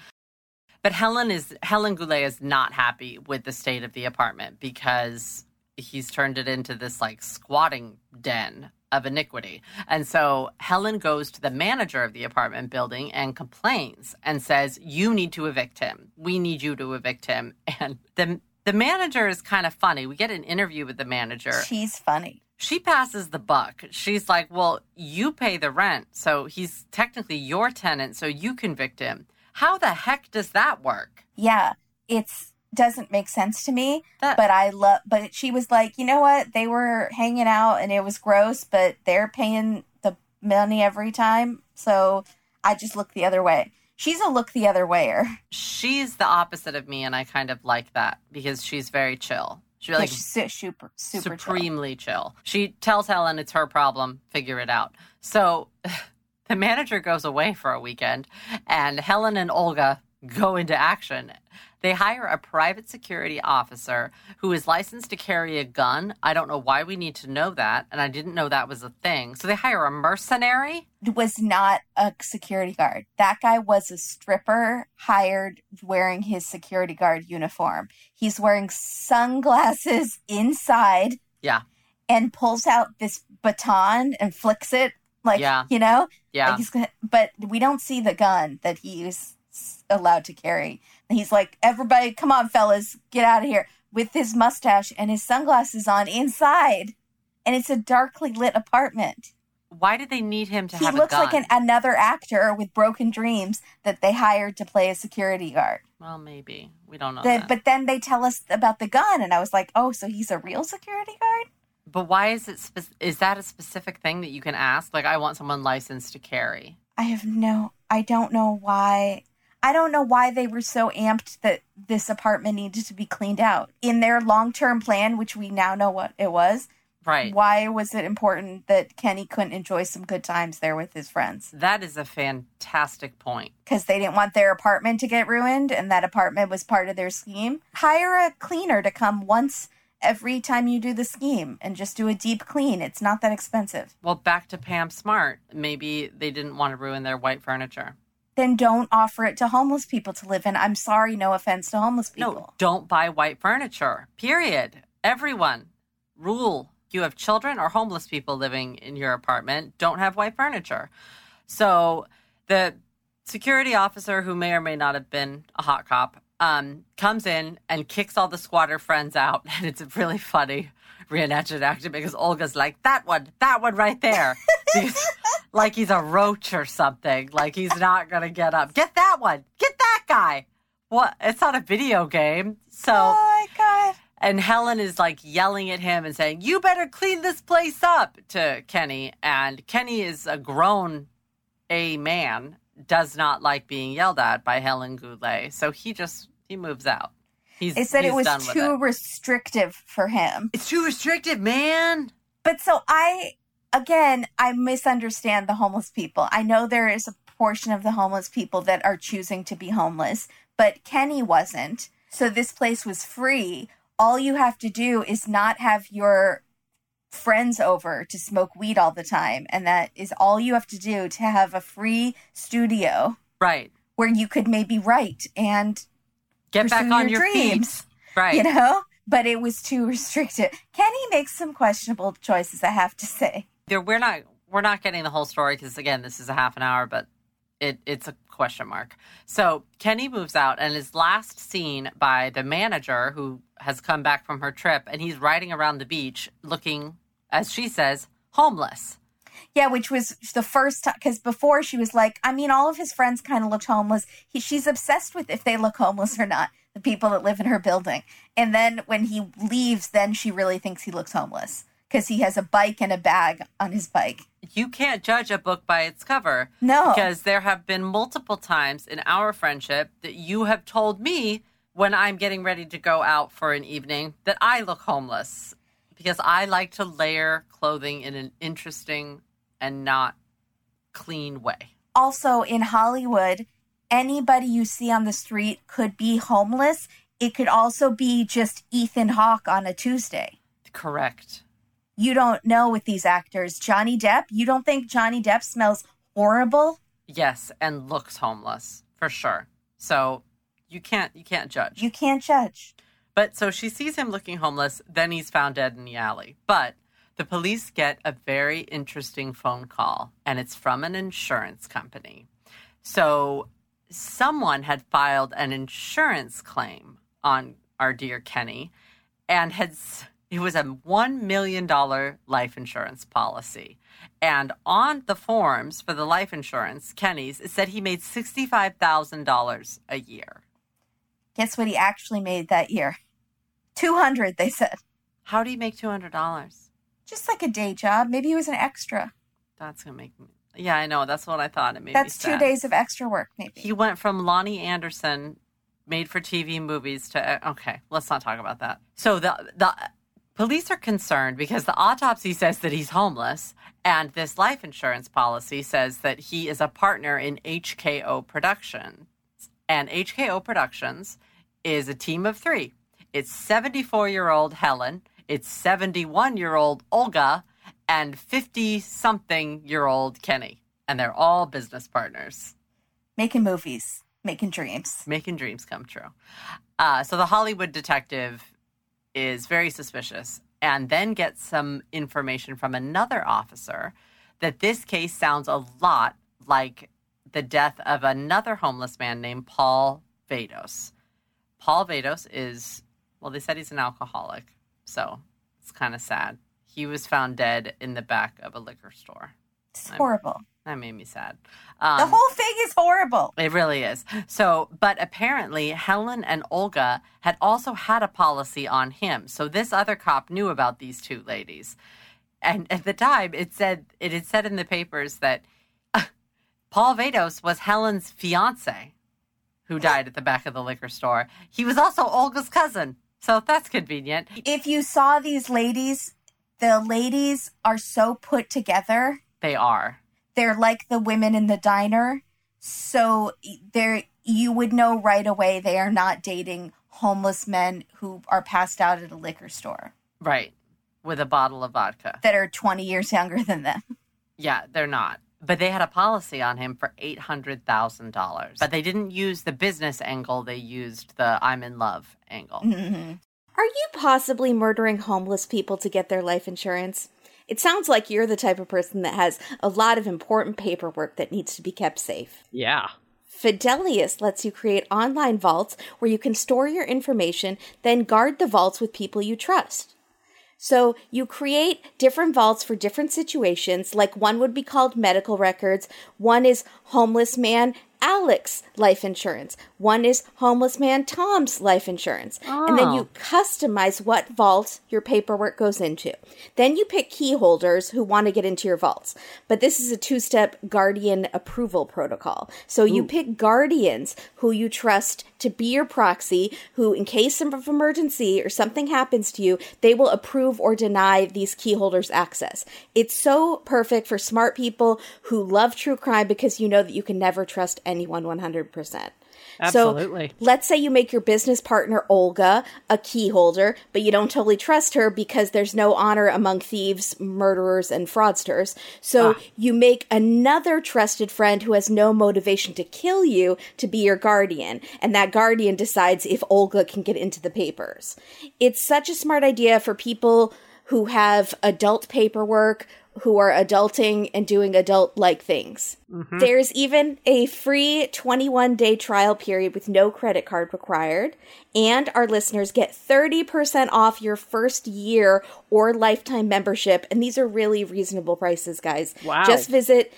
[SPEAKER 2] But Helen is Helen Goulet is not happy with the state of the apartment because he's turned it into this like squatting den of iniquity. And so Helen goes to the manager of the apartment building and complains and says, "You need to evict him. We need you to evict him." And the the manager is kind of funny. We get an interview with the manager
[SPEAKER 1] She's funny.
[SPEAKER 2] she passes the buck. She's like, "Well, you pay the rent, so he's technically your tenant, so you convict him." How the heck does that work?
[SPEAKER 1] Yeah, it's doesn't make sense to me.
[SPEAKER 2] That-
[SPEAKER 1] But I love. But she was like, you know what? They were hanging out and it was gross, but they're paying the money every time, so I just look the other way. She's a look the other wayer.
[SPEAKER 2] she's the opposite of me, and I kind of like that because she's very chill. She
[SPEAKER 1] Like
[SPEAKER 2] like
[SPEAKER 1] she's su- super, super chill.
[SPEAKER 2] supremely chill. She tells Helen it's her problem, figure it out. So the manager goes away for a weekend, and Helen and Olga go into action. They hire a private security officer who is licensed to carry a gun. I don't know why we need to know that, and I didn't know that was a thing. So they hire a mercenary.
[SPEAKER 1] was not a security guard. That guy was a stripper hired wearing his security guard uniform. He's wearing sunglasses inside.
[SPEAKER 2] Yeah.
[SPEAKER 1] And pulls out this baton and flicks it. Like,
[SPEAKER 2] Yeah.
[SPEAKER 1] you know?
[SPEAKER 2] Yeah.
[SPEAKER 1] Like he's gonna, but we don't see the gun that he is allowed to carry. And he's like, everybody, come on, fellas, get out of here with his mustache and his sunglasses on inside. And it's a darkly lit apartment
[SPEAKER 2] why did they need him to
[SPEAKER 1] he
[SPEAKER 2] have
[SPEAKER 1] looks
[SPEAKER 2] a gun?
[SPEAKER 1] like an, another actor with broken dreams that they hired to play a security guard.
[SPEAKER 2] well, maybe. We don't know.
[SPEAKER 1] The-
[SPEAKER 2] that.
[SPEAKER 1] but then they tell us about the gun, and I was like, oh, so he's a real security guard?
[SPEAKER 2] But why is it? Spe- is that a specific thing that you can ask? Like, I want someone licensed to carry.
[SPEAKER 1] I have no, I don't know why. I don't know why they were so amped that this apartment needed to be cleaned out. In their long term plan, which we now know what it was,
[SPEAKER 2] Right.
[SPEAKER 1] why was it important that Kenny couldn't enjoy some good times there with his friends?
[SPEAKER 2] That is a fantastic point.
[SPEAKER 1] Because they didn't want their apartment to get ruined, and that apartment was part of their scheme. Hire a cleaner to come once every time you do the scheme and just do a deep clean. It's not that expensive.
[SPEAKER 2] Well, back to Pam Smart. Maybe they didn't want to ruin their white furniture.
[SPEAKER 1] Then don't offer it to homeless people to live in. I'm sorry, no offense to homeless
[SPEAKER 2] No,
[SPEAKER 1] people.
[SPEAKER 2] don't buy white furniture. Period. Everyone, rule. You have children or homeless people living in your apartment, don't have white furniture. So the security officer, who may or may not have been a hot cop, um, comes in and kicks all the squatter friends out. And it's really funny reenacted acting because Olga's like, that one, that one right there. Because- like he's a roach or something. Like he's not going to get up. Get that one. Get that guy. What? It's not a video game. So.
[SPEAKER 1] Oh my god.
[SPEAKER 2] And Helen is like yelling at him and saying, You better clean this place up to Kenny. And Kenny is a grown A man, does not like being yelled at by Helen Goulet. So he just he moves out. He's,
[SPEAKER 1] It said
[SPEAKER 2] he's
[SPEAKER 1] it was
[SPEAKER 2] done with
[SPEAKER 1] too
[SPEAKER 2] it.
[SPEAKER 1] restrictive for him.
[SPEAKER 2] It's too restrictive, man.
[SPEAKER 1] But so I, again, I misunderstand the homeless people. I know there is a portion of the homeless people that are choosing to be homeless, but Kenny wasn't. So this place was free. All you have to do is not have your friends over to smoke weed all the time. And that is all you have to do to have a free studio
[SPEAKER 2] Right.
[SPEAKER 1] where you could maybe write and,
[SPEAKER 2] Get
[SPEAKER 1] Pursue
[SPEAKER 2] back on
[SPEAKER 1] your
[SPEAKER 2] your,
[SPEAKER 1] dreams.
[SPEAKER 2] feet. Right.
[SPEAKER 1] you know, but it was too restrictive. Kenny makes some questionable choices, I have to say.
[SPEAKER 2] there we're not we're not getting the whole story because again this is a half an hour but it, it's a question mark so kenny moves out and is last seen by the manager who has come back from her trip and he's riding around the beach looking as she says homeless
[SPEAKER 1] Yeah, which was the first time because before she was like, I mean, all of his friends kind of looked homeless. He, she's obsessed with if they look homeless or not, the people that live in her building. And then when he leaves, then she really thinks he looks homeless because he has a bike and a bag on his bike.
[SPEAKER 2] you can't judge a book by its cover
[SPEAKER 1] No,
[SPEAKER 2] because there have been multiple times in our friendship that you have told me when I'm getting ready to go out for an evening that I look homeless because I like to layer clothing in an interesting and not clean way.
[SPEAKER 1] also in Hollywood, anybody you see on the street could be homeless. It could also be just Ethan Hawke on a Tuesday.
[SPEAKER 2] Correct.
[SPEAKER 1] You don't know with these actors. Johnny Depp, you don't think Johnny Depp smells horrible?
[SPEAKER 2] Yes, and looks homeless for sure. So you can't you can't judge.
[SPEAKER 1] You can't judge.
[SPEAKER 2] But so she sees him looking homeless, then he's found dead in the alley. But the police get a very interesting phone call, and it's from an insurance company. So someone had filed an insurance claim on our dear Kenny and had s- it was a $1 million life insurance policy. And on the forms for the life insurance, Kenny's, it said he made $65,000 a year.
[SPEAKER 3] Guess what he actually made that year? 200, they said.
[SPEAKER 2] How do you make two hundred dollars?
[SPEAKER 3] Just like a day job. Maybe he was an extra.
[SPEAKER 2] That's gonna make me. Yeah, I know. That's what I thought. It made me
[SPEAKER 3] That's two
[SPEAKER 2] sad.
[SPEAKER 3] days of extra work, maybe.
[SPEAKER 2] He went from Lonnie Anderson, made for TV movies to uh, okay. Let's not talk about that. So the the police are concerned because the autopsy says that he's homeless, and this life insurance policy says that he is a partner in HKO Productions, and HKO Productions is a team of three. It's seventy four year old Helen, it's seventy one year old Olga, and fifty something year old Kenny, and they're all business partners
[SPEAKER 3] making movies, making dreams.
[SPEAKER 2] making dreams come true. Uh, so the Hollywood detective is very suspicious and then gets some information from another officer that this case sounds a lot like the death of another homeless man named Paul Vados. Paul Vados is, well, they said he's an alcoholic, so it's kind of sad. He was found dead in the back of a liquor store.
[SPEAKER 3] It's
[SPEAKER 2] I'm-
[SPEAKER 3] horrible.
[SPEAKER 2] That made me sad. Um,
[SPEAKER 3] the whole thing is horrible.
[SPEAKER 2] it really is. So, but apparently Helen and Olga had also had a policy on him. So this other cop knew about these two ladies. And at the time it said it had said in the papers that Paul Vados was Helen's fiance who died at the back of the liquor store. He was also Olga's cousin. So that's convenient.
[SPEAKER 3] If you saw these ladies, the ladies are so put together.
[SPEAKER 2] They are.
[SPEAKER 3] They're like the women in the diner. So there you would know right away they are not dating homeless men who are passed out at a liquor store
[SPEAKER 2] Right. With a bottle of vodka.
[SPEAKER 3] that are 20 years younger than them.
[SPEAKER 2] Yeah, they're not. But they had a policy on him for $800,000. But they didn't use the business angle, they used the I'm in love angle.
[SPEAKER 3] Mhm.
[SPEAKER 1] Are you possibly murdering homeless people to get their life insurance? It sounds like you're the type of person that has a lot of important paperwork that needs to be kept safe.
[SPEAKER 2] Yeah.
[SPEAKER 1] Fidelius lets you create online vaults where you can store your information, then guard the vaults with people you trust. So you create different vaults for different situations, like one would be called medical records, one is homeless man Alex life insurance, one is homeless man Tom's life insurance. And then you customize what vault your paperwork goes into. Then you pick key holders who want to get into your vaults. But this is a two step guardian approval protocol. So you pick guardians who you trust to be your proxy, who, in case of emergency or something happens to you, they will approve or deny these key holders access. It's so perfect for smart people who love true crime because you know that you can never trust anyone 100%.
[SPEAKER 2] Absolutely.
[SPEAKER 1] So let's say you make your business partner Olga a key holder, but you don't totally trust her because there's no honor among thieves, murderers, and fraudsters. So you make another trusted friend who has no motivation to kill you to be your guardian, and that guardian decides if Olga can get into the papers. It's such a smart idea for people who have adult paperwork, who are adulting and doing adult like things. There's even a free 21 day trial period with no credit card required. And our listeners get 30% off your first year or lifetime membership. And these are really reasonable prices, guys.
[SPEAKER 2] Wow.
[SPEAKER 1] Just visit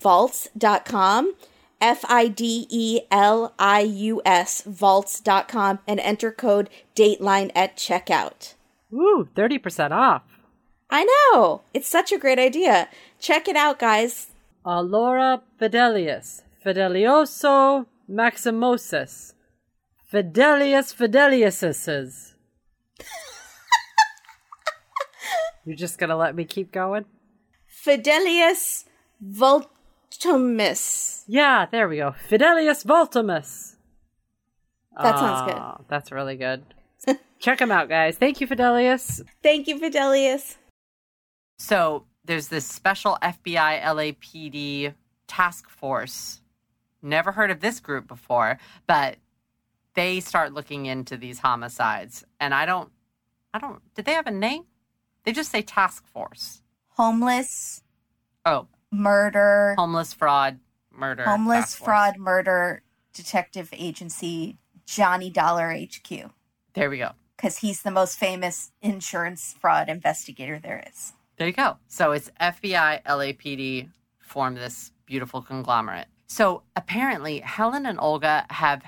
[SPEAKER 1] fideliusvaults.com, F I D E L I U S, vaults.com, and enter code Dateline at checkout.
[SPEAKER 2] Woo, 30% off.
[SPEAKER 1] I know. It's such a great idea. Check it out, guys.
[SPEAKER 2] Allora Fidelius, Fidelioso Maximosus, Fidelius Fideliuses. You're just going to let me keep going?
[SPEAKER 1] Fidelius Vultumus.
[SPEAKER 2] Yeah, there we go. Fidelius Voltimus.
[SPEAKER 1] That sounds
[SPEAKER 2] Ah, That's really good. Check them out, guys. Thank you, Fidelius.
[SPEAKER 1] Thank you, Fidelius.
[SPEAKER 2] So there's this special FBI LAPD task force. Never heard of this group before, but they start looking into these homicides. And I don't, I don't, did they have a name? They just say task force.
[SPEAKER 3] Homeless,
[SPEAKER 2] Oh,
[SPEAKER 3] murder,
[SPEAKER 2] homeless fraud, murder.
[SPEAKER 3] homeless
[SPEAKER 2] task force.
[SPEAKER 3] fraud murder detective agency, Johnny Dollar HQ.
[SPEAKER 2] There we go.
[SPEAKER 3] because he's the most famous insurance fraud investigator there is.
[SPEAKER 2] There you go. So it's FBI, LAPD form this beautiful conglomerate. So apparently, Helen and Olga have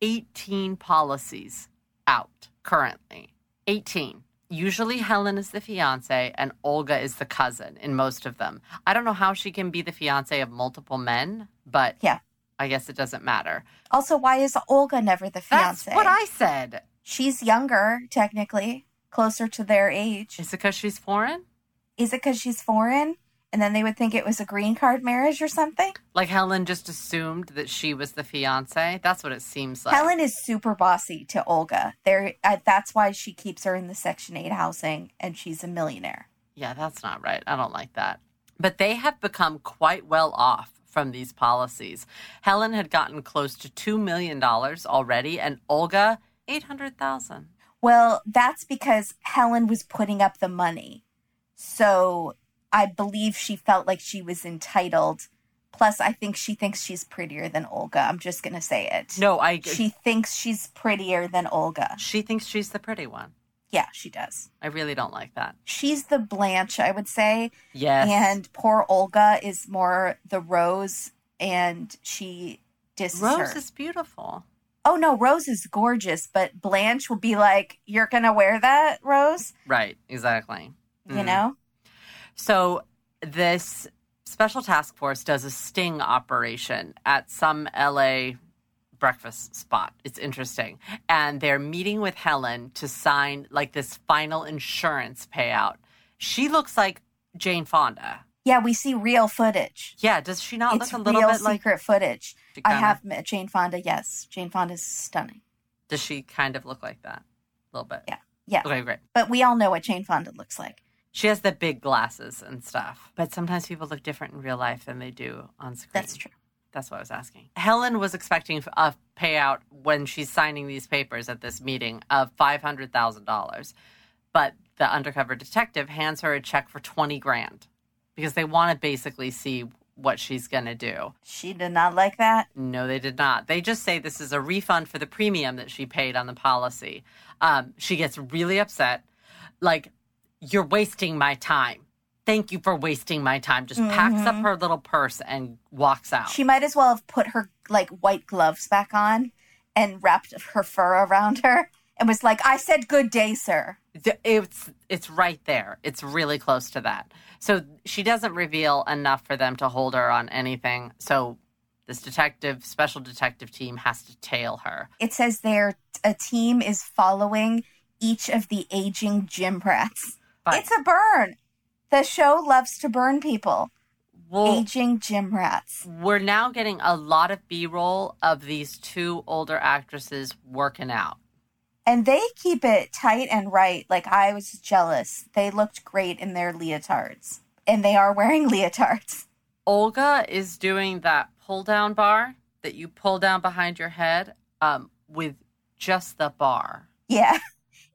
[SPEAKER 2] 18 policies out currently. 18. Usually Helen is the fiance and Olga is the cousin in most of them. I don't know how she can be the fiance of multiple men, but
[SPEAKER 1] Yeah.
[SPEAKER 2] I guess it doesn't matter.
[SPEAKER 1] Also, why is Olga never the
[SPEAKER 2] That's
[SPEAKER 1] fiance?
[SPEAKER 2] what I said.
[SPEAKER 1] She's younger, technically, closer to their age.
[SPEAKER 2] Is it because she's foreign?
[SPEAKER 1] Is it because she's foreign? And then they would think it was a green card marriage or something?
[SPEAKER 2] Like Helen just assumed that she was the fiance. That's what it seems like.
[SPEAKER 1] Helen is super bossy to Olga. There, uh, that's why she keeps her in the Section Eight housing, and she's a millionaire.
[SPEAKER 2] Yeah, that's not right. I don't like that. But they have become quite well off from these policies. Helen had gotten close to $2 million already, and Olga, 800000
[SPEAKER 1] Well, that's because Helen was putting up the money, so I believe she felt like she was entitled. Plus, I think she thinks she's prettier than Olga. I'm just gonna say it.
[SPEAKER 2] No, I. She,
[SPEAKER 1] she thinks she's prettier than Olga.
[SPEAKER 2] thinks she's the pretty one.
[SPEAKER 1] Yeah, she does.
[SPEAKER 2] I really don't like that.
[SPEAKER 1] She's the Blanche, I would say.
[SPEAKER 2] Yes.
[SPEAKER 1] And poor Olga is more the Rose, and she disses
[SPEAKER 2] Rose
[SPEAKER 1] her.
[SPEAKER 2] is beautiful.
[SPEAKER 1] oh no, Rose is gorgeous, but Blanche will be like, "You're gonna wear that, Rose,"
[SPEAKER 2] Right, exactly.
[SPEAKER 1] you
[SPEAKER 2] Mm.
[SPEAKER 1] know.
[SPEAKER 2] So this special task force does a sting operation at some LA breakfast spot. It's interesting. And they're meeting with Helen to sign like this final insurance payout. She looks like Jane Fonda.
[SPEAKER 1] Yeah, we see real footage.
[SPEAKER 2] Yeah, does she not
[SPEAKER 1] it's
[SPEAKER 2] look Oh, a little
[SPEAKER 1] real
[SPEAKER 2] bit like
[SPEAKER 1] secret footage.
[SPEAKER 2] She
[SPEAKER 1] I
[SPEAKER 2] kinda-
[SPEAKER 1] have met Jane Fonda. Yes, Jane Fonda is stunning.
[SPEAKER 2] Does she kind of look like that? A little bit.
[SPEAKER 1] Yeah. Yeah,
[SPEAKER 2] Okay, great.
[SPEAKER 1] but we all know what Jane Fonda looks like.
[SPEAKER 2] She has the big glasses and stuff. But sometimes people look different in real life than they do on screen.
[SPEAKER 1] That's true.
[SPEAKER 2] That's what I was asking. Helen was expecting a payout when she's signing these papers at this meeting of $500,000. But the undercover detective hands her a check for 20 grand because they want to basically see what she's going to do.
[SPEAKER 1] She did not like that.
[SPEAKER 2] No, they did not. They just say this is a refund for the premium that she paid on the policy. Um, she gets really upset. Like, you're wasting my time. Thank you for wasting my time. Just packs up her little purse and walks out.
[SPEAKER 1] She might as well have put her like white gloves back on and wrapped her fur around her and was like, "I said good day, sir."
[SPEAKER 2] Th- it's it's right there. It's really close to that. So she doesn't reveal enough for them to hold her on anything. So this detective, special detective team, has to tail her.
[SPEAKER 1] It says there a team is following each of the aging gym rats.
[SPEAKER 2] But
[SPEAKER 1] It's a burn. The show loves to burn people.
[SPEAKER 2] we'll-
[SPEAKER 1] Aging gym rats.
[SPEAKER 2] we're now getting a lot of B roll of these two older actresses working out.
[SPEAKER 1] And they keep it tight and right. Like I was jealous. They looked great in their leotards. And they are wearing leotards.
[SPEAKER 2] Olga is doing that pull down bar that you pull down behind your head um, with just the bar.
[SPEAKER 1] Yeah.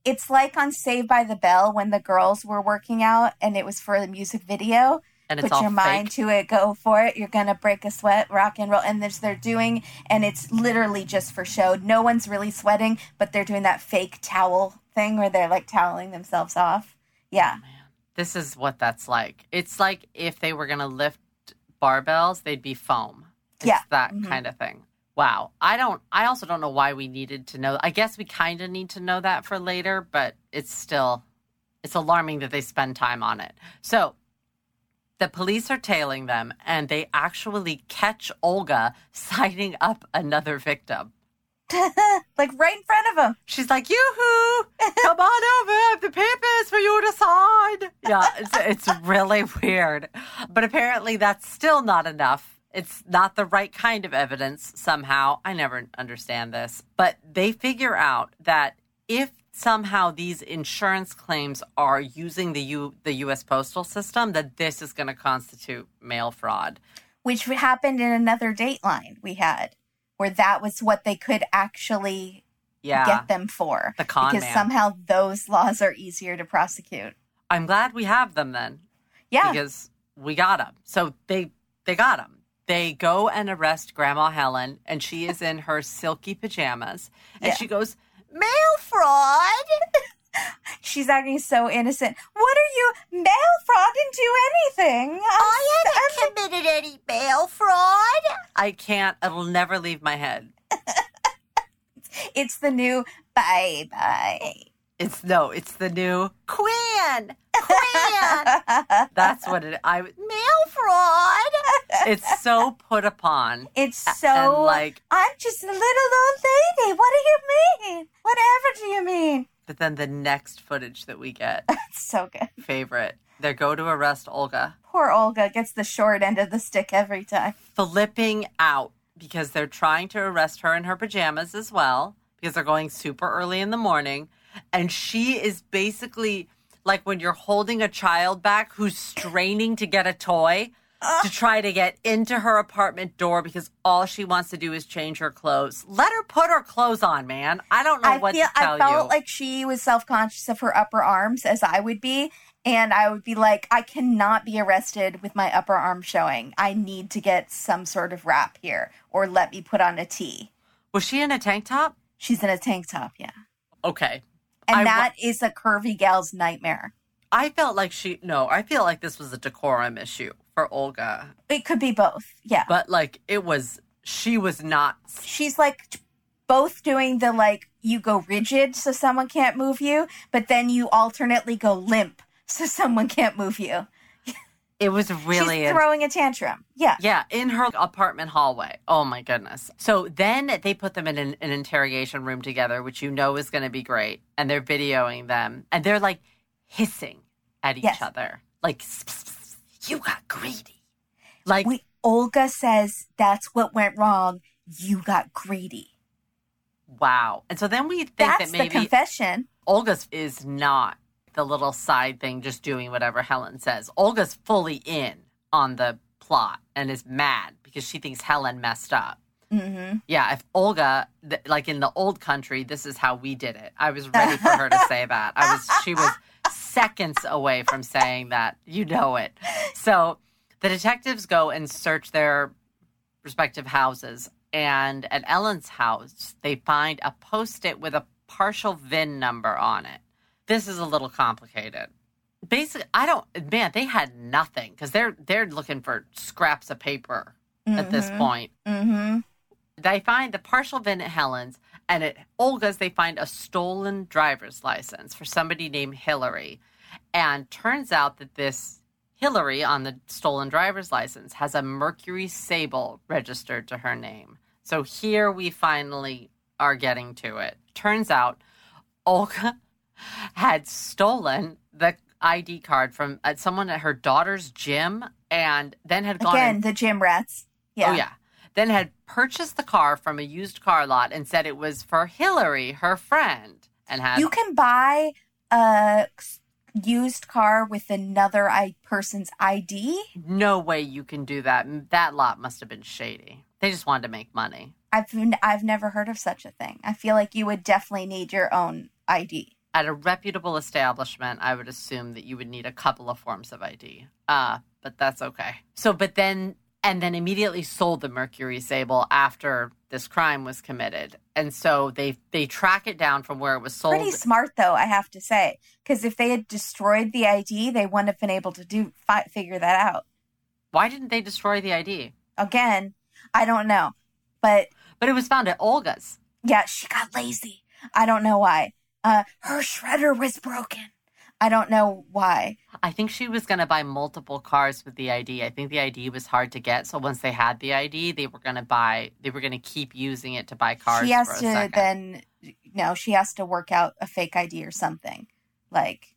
[SPEAKER 1] It's like on Saved by the Bell when the girls were working out and it was for the music video.
[SPEAKER 2] And it's
[SPEAKER 1] Put
[SPEAKER 2] all
[SPEAKER 1] your
[SPEAKER 2] fake.
[SPEAKER 1] mind to it, go for it. You're gonna break a sweat, rock and roll. And this they're doing, and it's literally just for show. No one's really sweating, but they're doing that fake towel thing where they're like toweling themselves off.
[SPEAKER 2] Oh,
[SPEAKER 1] Yeah,
[SPEAKER 2] This is what that's like. It's like if they were going to lift barbells, they'd be foam. It's
[SPEAKER 1] Yeah.
[SPEAKER 2] that
[SPEAKER 1] Mhm.
[SPEAKER 2] kind of thing. Wow. I don't I also don't know why we needed to know. I guess we kind of need to know that for later, but it's still it's alarming that they spend time on it. So, the police are tailing them and they actually catch Olga signing up another victim.
[SPEAKER 1] like right in front of them.
[SPEAKER 2] She's like, "Yoo-hoo! Come on over. I have the papers for you to sign." Yeah, it's, it's really weird, but apparently that's still not enough. It's not the right kind of evidence. Somehow, I never understand this, but they figure out that if somehow these insurance claims are using the U, the U.S. postal system, that this is going to constitute mail fraud.
[SPEAKER 1] which happened in another Dateline we had, where that was what they could actually
[SPEAKER 2] Yeah,
[SPEAKER 1] get them for.
[SPEAKER 2] The con
[SPEAKER 1] because
[SPEAKER 2] man.
[SPEAKER 1] somehow those laws are easier to prosecute.
[SPEAKER 2] I'm glad we have them then.
[SPEAKER 1] Yeah,
[SPEAKER 2] because we got him. So they they got him. They go and arrest Grandma Helen, and she is in her silky pajamas, and
[SPEAKER 1] Yeah.
[SPEAKER 2] she goes,
[SPEAKER 1] mail fraud. She's acting so innocent. What are you? Mail fraud didn't do anything. I haven't committed any mail fraud.
[SPEAKER 2] "I can't. It'll never leave my head."
[SPEAKER 1] It's the new bye bye.
[SPEAKER 2] It's no, it's the new Quinn. Quinn. That's what it. I mail fraud. It's so put upon.
[SPEAKER 1] It's
[SPEAKER 2] and
[SPEAKER 1] so
[SPEAKER 2] like,
[SPEAKER 1] I'm just a little old lady. What do you mean? Whatever do you mean?
[SPEAKER 2] but then the next footage that we get,
[SPEAKER 1] It's so good.
[SPEAKER 2] favorite. They go to arrest Olga,
[SPEAKER 1] Poor Olga gets the short end of the stick every time.
[SPEAKER 2] flipping out because they're trying to arrest her in her pajamas as well because they're going super early in the morning, and she is basically like when you're holding a child back who's straining to get a toy. to try to get into her apartment door because all she wants to do is change her clothes. Let her put her clothes on, man. I don't know
[SPEAKER 1] I
[SPEAKER 2] what
[SPEAKER 1] feel
[SPEAKER 2] to tell
[SPEAKER 1] I felt
[SPEAKER 2] you.
[SPEAKER 1] like she was self conscious of her upper arms as I would be, and I would be like, I cannot be arrested with my upper arm showing. I need to get some sort of wrap here, or let me put on a tee.
[SPEAKER 2] Was she in a tank top?
[SPEAKER 1] She's in a tank top, yeah,
[SPEAKER 2] Okay. I wa-
[SPEAKER 1] and that is a curvy gal's nightmare.
[SPEAKER 2] I felt like she no, I feel like this was a decorum issue for Olga.
[SPEAKER 1] It could be both, yeah.
[SPEAKER 2] But like it was she was not
[SPEAKER 1] she's like t- both doing the like you go rigid so someone can't move you, but then you alternately go limp so someone can't move you.
[SPEAKER 2] it was really
[SPEAKER 1] She's throwing a tantrum. Yeah.
[SPEAKER 2] Yeah, in her apartment hallway. Oh my goodness. So then they put them in an, an interrogation room together, which you know is going to be great. And they're videoing them and they're like hissing at each
[SPEAKER 1] Yes.
[SPEAKER 2] other. Like, "Psst, psst, psst, you got greedy. Like,
[SPEAKER 1] We Olga says that's what went wrong. You got greedy.
[SPEAKER 2] wow. And so then we think
[SPEAKER 1] That's
[SPEAKER 2] that
[SPEAKER 1] the
[SPEAKER 2] maybe
[SPEAKER 1] confession.
[SPEAKER 2] Olga's is not the little side thing just doing whatever Helen says. Olga's fully in on the plot and is mad because she thinks Helen messed up.
[SPEAKER 1] hmm
[SPEAKER 2] Yeah, if Olga, th- like in the old country, this is how we did it. I was ready for her to say that. I was, she was seconds away from saying that. You know it. So the detectives go and search their respective houses, and at Ellen's house, they find a post-it with a partial VIN number on it. This is a little complicated. Basically, I don't. Man, they had nothing because they're they're looking for scraps of paper at this
[SPEAKER 1] Mm-hmm.
[SPEAKER 2] point
[SPEAKER 1] hmm
[SPEAKER 2] they find the partial VIN at Helen's, and at Olga's, they find a stolen driver's license for somebody named Hillary. And turns out that this Hillary on the stolen driver's license has a Mercury Sable registered to her name. So here we finally are getting to it. Turns out Olga had stolen the ID card from uh, someone at her daughter's gym and then had gone and
[SPEAKER 1] Again, the gym rats. Yeah.
[SPEAKER 2] Oh yeah. Then had purchased the car from a used car lot and said it was for Hillary, her friend, and had
[SPEAKER 1] You can buy a s- used car with another I- person's ID.
[SPEAKER 2] no way you can do that. That lot must have been shady. They just wanted to make money.
[SPEAKER 1] I've n- I've never heard of such a thing. I feel like you would definitely need your own ID.
[SPEAKER 2] At a reputable establishment, I would assume that you would need a couple of forms of ID. Uh, but that's okay. So, but then and then immediately sold the Mercury Sable after this crime was committed. And so they they track it down from where it was sold.
[SPEAKER 1] Pretty smart though, I have to say, because if they had destroyed the ID, they wouldn't have been able to do fi- figure that out.
[SPEAKER 2] Why didn't they destroy the ID?
[SPEAKER 1] Again, I don't know, but
[SPEAKER 2] But it was found at Olga's.
[SPEAKER 1] yeah, she got lazy. I don't know why. Uh, her shredder was broken. I don't know why.
[SPEAKER 2] I think she was going to buy multiple cars with the ID. I think the ID was hard to get, so once they had the ID, they were going to buy. They were going to keep using it to buy cars.
[SPEAKER 1] she has
[SPEAKER 2] for a
[SPEAKER 1] to
[SPEAKER 2] second.
[SPEAKER 1] then no, she has to work out a fake ID or something. Like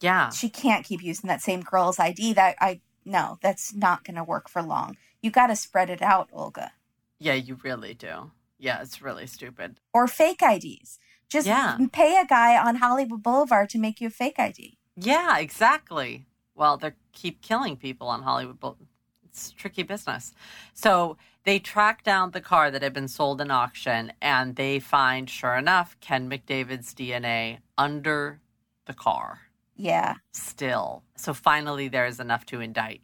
[SPEAKER 2] yeah.
[SPEAKER 1] she can't keep using that same girl's ID. That I no, that's not going to work for long. You got to spread it out, Olga,
[SPEAKER 2] Yeah, you really do. Yeah, it's really stupid.
[SPEAKER 1] or fake IDs. Just
[SPEAKER 2] Yeah.
[SPEAKER 1] pay a guy on Hollywood Boulevard to make you a fake ID.
[SPEAKER 2] Yeah, exactly. Well, they keep killing people on Hollywood. Bowl- It's tricky business. So they track down the car that had been sold in auction, and they find, sure enough, Ken McDavid's DNA under the car.
[SPEAKER 1] Yeah,
[SPEAKER 2] still. So finally, there is enough to indict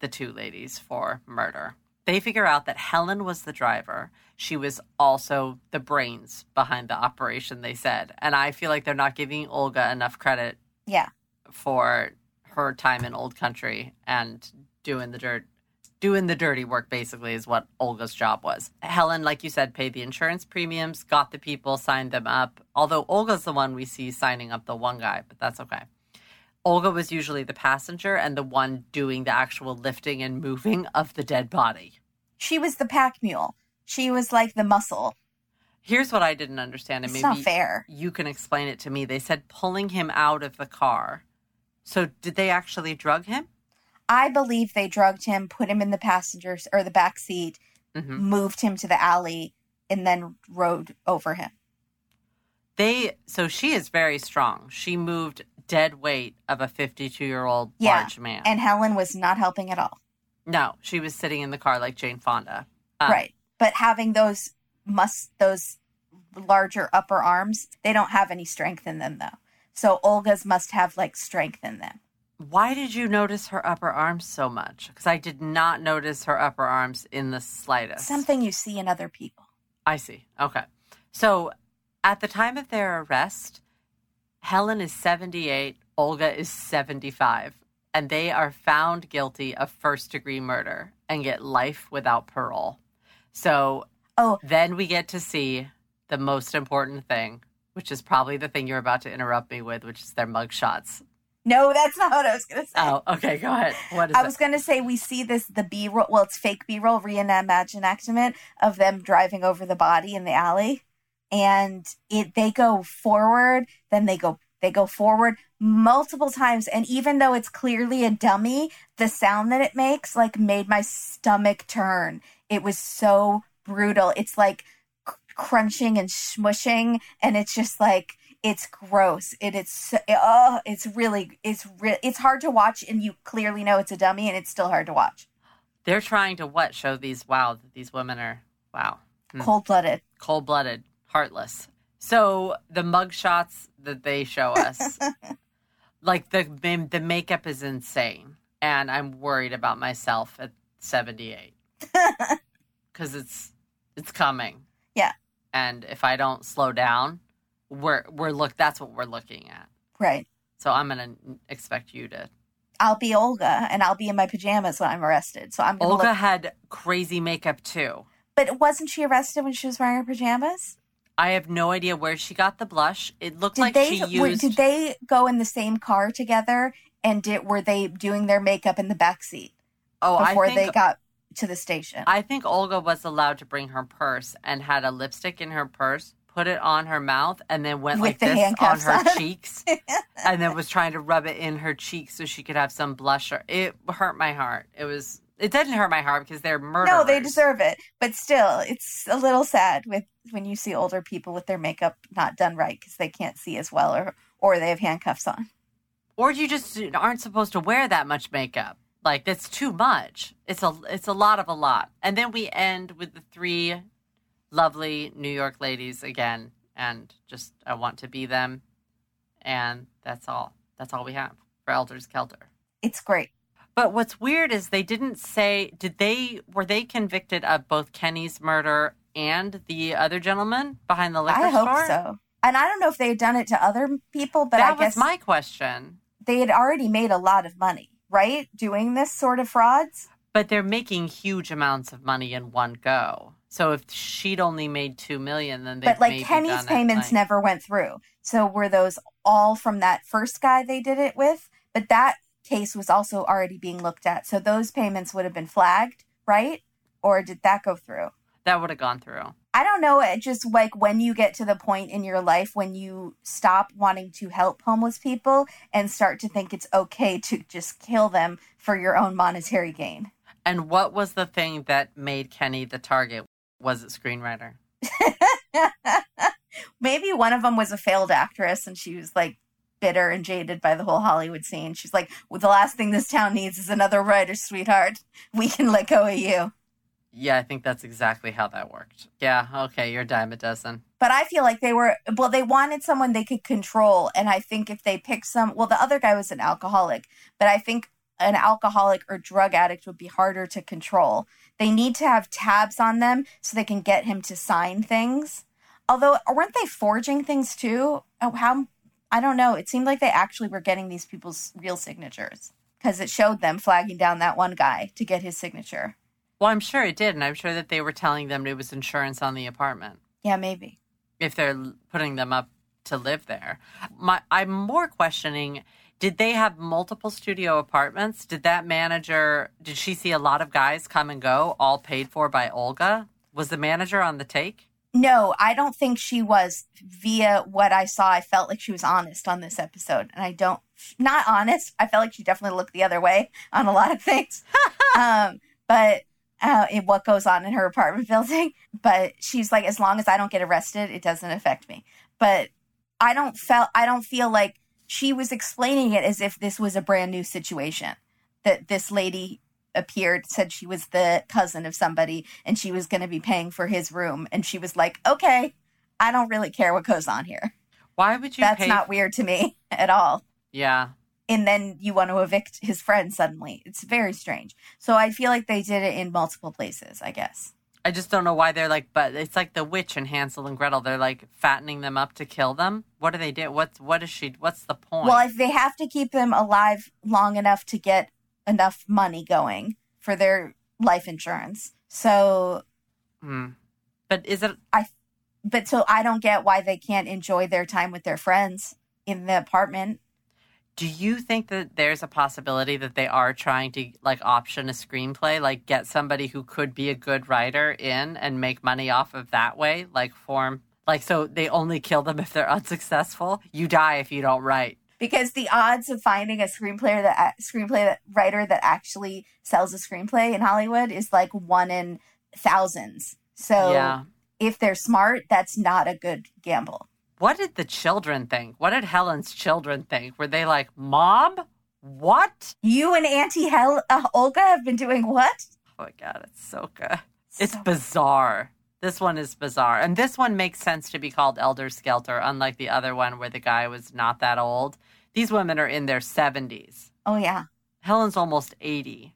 [SPEAKER 2] the two ladies for murder. They figure out that Helen was the driver. She was also the brains behind the operation, they said. And I feel like they're not giving Olga enough credit
[SPEAKER 1] yeah.
[SPEAKER 2] for her time in Old Country and doing the dirt doing the dirty work basically is what Olga's job was. Helen, like you said, paid the insurance premiums, got the people, signed them up. Although Olga's the one we see signing up the one guy, but that's okay. Olga was usually the passenger and the one doing the actual lifting and moving of the dead body.
[SPEAKER 1] She was the pack mule. She was like the muscle.
[SPEAKER 2] Here's what I didn't understand, and
[SPEAKER 1] It's
[SPEAKER 2] maybe
[SPEAKER 1] not fair.
[SPEAKER 2] you can explain it to me. They said pulling him out of the car. So did they actually drug him?
[SPEAKER 1] I believe they drugged him, put him in the passengers or the back seat,
[SPEAKER 2] Mhm.
[SPEAKER 1] moved him to the alley, and then rode over him.
[SPEAKER 2] They so she is very strong. She moved dead weight of a 52 year old
[SPEAKER 1] Yeah,
[SPEAKER 2] large man.
[SPEAKER 1] And Helen was not helping at all,
[SPEAKER 2] no, she was sitting in the car like Jane Fonda.
[SPEAKER 1] right?
[SPEAKER 2] Um,
[SPEAKER 1] But having those must those larger upper arms, they don't have any strength in them though. So Olga's must have like strength in them.
[SPEAKER 2] Why did you notice her upper arms so much? Because I did not notice her upper arms in the slightest.
[SPEAKER 1] Something you see in other people.
[SPEAKER 2] I see. Okay. So at the time of their arrest, Helen is 78, Olga is 75, and they are found guilty of first degree murder and get life without parole. So
[SPEAKER 1] Oh,
[SPEAKER 2] then we get to see the most important thing, which is probably the thing you're about to interrupt me with, which is their mugshots.
[SPEAKER 1] no, that's not what I was going to say.
[SPEAKER 2] Oh, okay. Go ahead. What is
[SPEAKER 1] I
[SPEAKER 2] it?
[SPEAKER 1] was going to say we see this the B roll. Well, it's fake B roll reenactment of them driving over the body in the alley, and it they go forward, then they go they go forward multiple times, and even though it's clearly a dummy, the sound that it makes like made my stomach turn. It was so brutal. It's like c- crunching and smushing, and it's just like. It's gross. It, it's so- oh, it's really it's re- it's hard to watch, and you clearly know it's a dummy, and it's still hard to watch.
[SPEAKER 2] They're trying to what? Show these, wow, that these women are, wow. Hmm.
[SPEAKER 1] Cold blooded.
[SPEAKER 2] cold blooded, heartless. So the mug shots that they show us, like the the makeup is insane, and I'm worried about myself at 78 because it's it's coming.
[SPEAKER 1] Yeah.
[SPEAKER 2] and if I don't slow down, we're we're look. That's what we're looking at.
[SPEAKER 1] Right.
[SPEAKER 2] So I'm gonna expect you to.
[SPEAKER 1] I'll be Olga, and I'll be in my pajamas when I'm arrested. So I'm gonna
[SPEAKER 2] Olga
[SPEAKER 1] look.
[SPEAKER 2] had crazy makeup too.
[SPEAKER 1] But wasn't she arrested when she was wearing her pajamas?
[SPEAKER 2] I have no idea where she got the blush. It looked
[SPEAKER 1] Did
[SPEAKER 2] like
[SPEAKER 1] they
[SPEAKER 2] she used.
[SPEAKER 1] were, did they go in the same car together? And did were they doing their makeup in the back seat
[SPEAKER 2] oh, I
[SPEAKER 1] before
[SPEAKER 2] think
[SPEAKER 1] they got to the station?
[SPEAKER 2] I think Olga was allowed to bring her purse and had a lipstick in her purse, put it on her mouth, and then went
[SPEAKER 1] With
[SPEAKER 2] like
[SPEAKER 1] the
[SPEAKER 2] this on
[SPEAKER 1] handcuffs
[SPEAKER 2] her
[SPEAKER 1] on.
[SPEAKER 2] cheeks, and then was trying to rub it in her cheeks so she could have some blusher. It hurt my heart. It was. It didn't hurt my heart because they're murderers.
[SPEAKER 1] no, they deserve it. But still, it's a little sad with when you see older people with their makeup not done right because they can't see as well, or or they have handcuffs on.
[SPEAKER 2] Or you just aren't supposed to wear that much makeup. Like that's too much. It's a. It's a lot of a lot. And then we end with the three lovely New York ladies again, and just I want to be them, and that's all. That's all we have for Elders Kelter.
[SPEAKER 1] It's great.
[SPEAKER 2] But what's weird is they didn't say. Did they? Were they convicted of both Kenny's murder and the other gentleman behind the liquor
[SPEAKER 1] I hope
[SPEAKER 2] store?
[SPEAKER 1] so. And I don't know if they had done it to other people, but
[SPEAKER 2] that
[SPEAKER 1] I guess
[SPEAKER 2] was my question.
[SPEAKER 1] they had already made a lot of money, right? Doing this sort of frauds.
[SPEAKER 2] But they're making huge amounts of money in one go. So if she'd only made two million, then they
[SPEAKER 1] but like Kenny's payments never went through. So were those all from that first guy they did it with? But that case was also already being looked at. So those payments would have been flagged, right? Or did that go through?
[SPEAKER 2] that would have gone through.
[SPEAKER 1] I don't know. It just like when you get to the point in your life when you stop wanting to help homeless people and start to think it's okay to just kill them for your own monetary gain.
[SPEAKER 2] And what was the thing that made Kenny the target? Was it screenwriter?
[SPEAKER 1] Maybe one of them was a failed actress and she was like bitter and jaded by the whole Hollywood scene. She's like, well, the last thing this town needs is another writer, sweetheart. We can let go of you.
[SPEAKER 2] Yeah, I think that's exactly how that worked. Yeah, okay, you're a dime a dozen.
[SPEAKER 1] But I feel like they were, well, they wanted someone they could control. And I think if they picked some, well, the other guy was an alcoholic, but I think an alcoholic or drug addict would be harder to control. They need to have tabs on them so they can get him to sign things. Although, weren't they forging things too? Oh, how, I don't know. It seemed like they actually were getting these people's real signatures. because it showed them flagging down that one guy to get his signature.
[SPEAKER 2] Well, I'm sure it did, and I'm sure that they were telling them it was insurance on the apartment
[SPEAKER 1] Yeah, maybe.
[SPEAKER 2] if they're l- putting them up to live there. My, I'm more questioning did they have multiple studio apartments? Did that manager, did she see a lot of guys come and go, all paid for by Olga? Was the manager on the take?
[SPEAKER 1] No, I don't think she was. Via what I saw, I felt like she was honest on this episode, and I don't not honest. I felt like she definitely looked the other way on a lot of things. um, but uh, in what goes on in her apartment building, but she's like, as long as I don't get arrested, it doesn't affect me. But I don't felt I don't feel like she was explaining it as if this was a brand new situation that this lady appeared said she was the cousin of somebody and she was going to be paying for his room and she was like okay i don't really care what goes on here
[SPEAKER 2] Why would you
[SPEAKER 1] that's
[SPEAKER 2] pay?
[SPEAKER 1] not weird to me at all
[SPEAKER 2] yeah.
[SPEAKER 1] and then you want to evict his friend suddenly it's very strange so i feel like they did it in multiple places i guess
[SPEAKER 2] I just don't know why they're like, but it's like the witch and Hansel and Gretel. They're like fattening them up to kill them. What do they do? What's what is she? What's the point?
[SPEAKER 1] well if they have to keep them alive long enough to get enough money going for their life insurance so
[SPEAKER 2] Hmm. But is it?
[SPEAKER 1] but so i don't get why they can't enjoy their time with their friends in the apartment
[SPEAKER 2] Do you think that there's a possibility that they are trying to like option a screenplay, like get somebody who could be a good writer in and make money off of that way, like form, like so they only kill them if they're unsuccessful. You die if you don't write.
[SPEAKER 1] because the odds of finding a screenplay that a screenplay that, writer that actually sells a screenplay in Hollywood is like one in thousands. So
[SPEAKER 2] Yeah.
[SPEAKER 1] if they're smart, that's not a good gamble.
[SPEAKER 2] What did the children think? What did Helen's children think? Were they like, "Mom, what?"
[SPEAKER 1] You and Auntie Hel- uh, Olga have been doing what?
[SPEAKER 2] Oh my god, it's so good. It's
[SPEAKER 1] So-
[SPEAKER 2] bizarre. This one is bizarre. And this one makes sense to be called Elder Skelter, unlike the other one where the guy was not that old. These women are in their 70s.
[SPEAKER 1] oh yeah,
[SPEAKER 2] Helen's almost 80.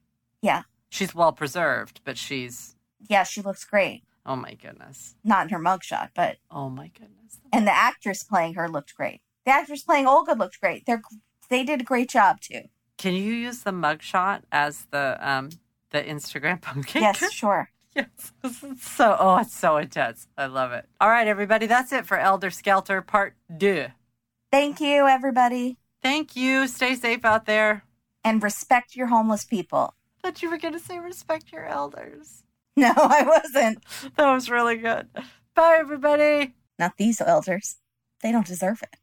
[SPEAKER 1] Yeah.
[SPEAKER 2] She's well preserved, but she's,
[SPEAKER 1] yeah. She looks great,
[SPEAKER 2] oh my goodness.
[SPEAKER 1] not in her mugshot, but
[SPEAKER 2] Oh my goodness.
[SPEAKER 1] and the actress playing her looked great. The actress playing Olga looked great. They're they did a great job too.
[SPEAKER 2] Can you use the mugshot as the um the Instagram pumpkin?
[SPEAKER 1] Yes, sure.
[SPEAKER 2] Yes. This is so oh, it's so intense. I love it. All right, everybody, that's it for Elder Skelter Part 2.
[SPEAKER 1] Thank you, everybody,
[SPEAKER 2] Thank you. Stay safe out there.
[SPEAKER 1] and respect your homeless people.
[SPEAKER 2] thought you were going to say respect your elders.
[SPEAKER 1] No, I wasn't.
[SPEAKER 2] That was really good. Bye, everybody.
[SPEAKER 1] Not these elders. They don't deserve it.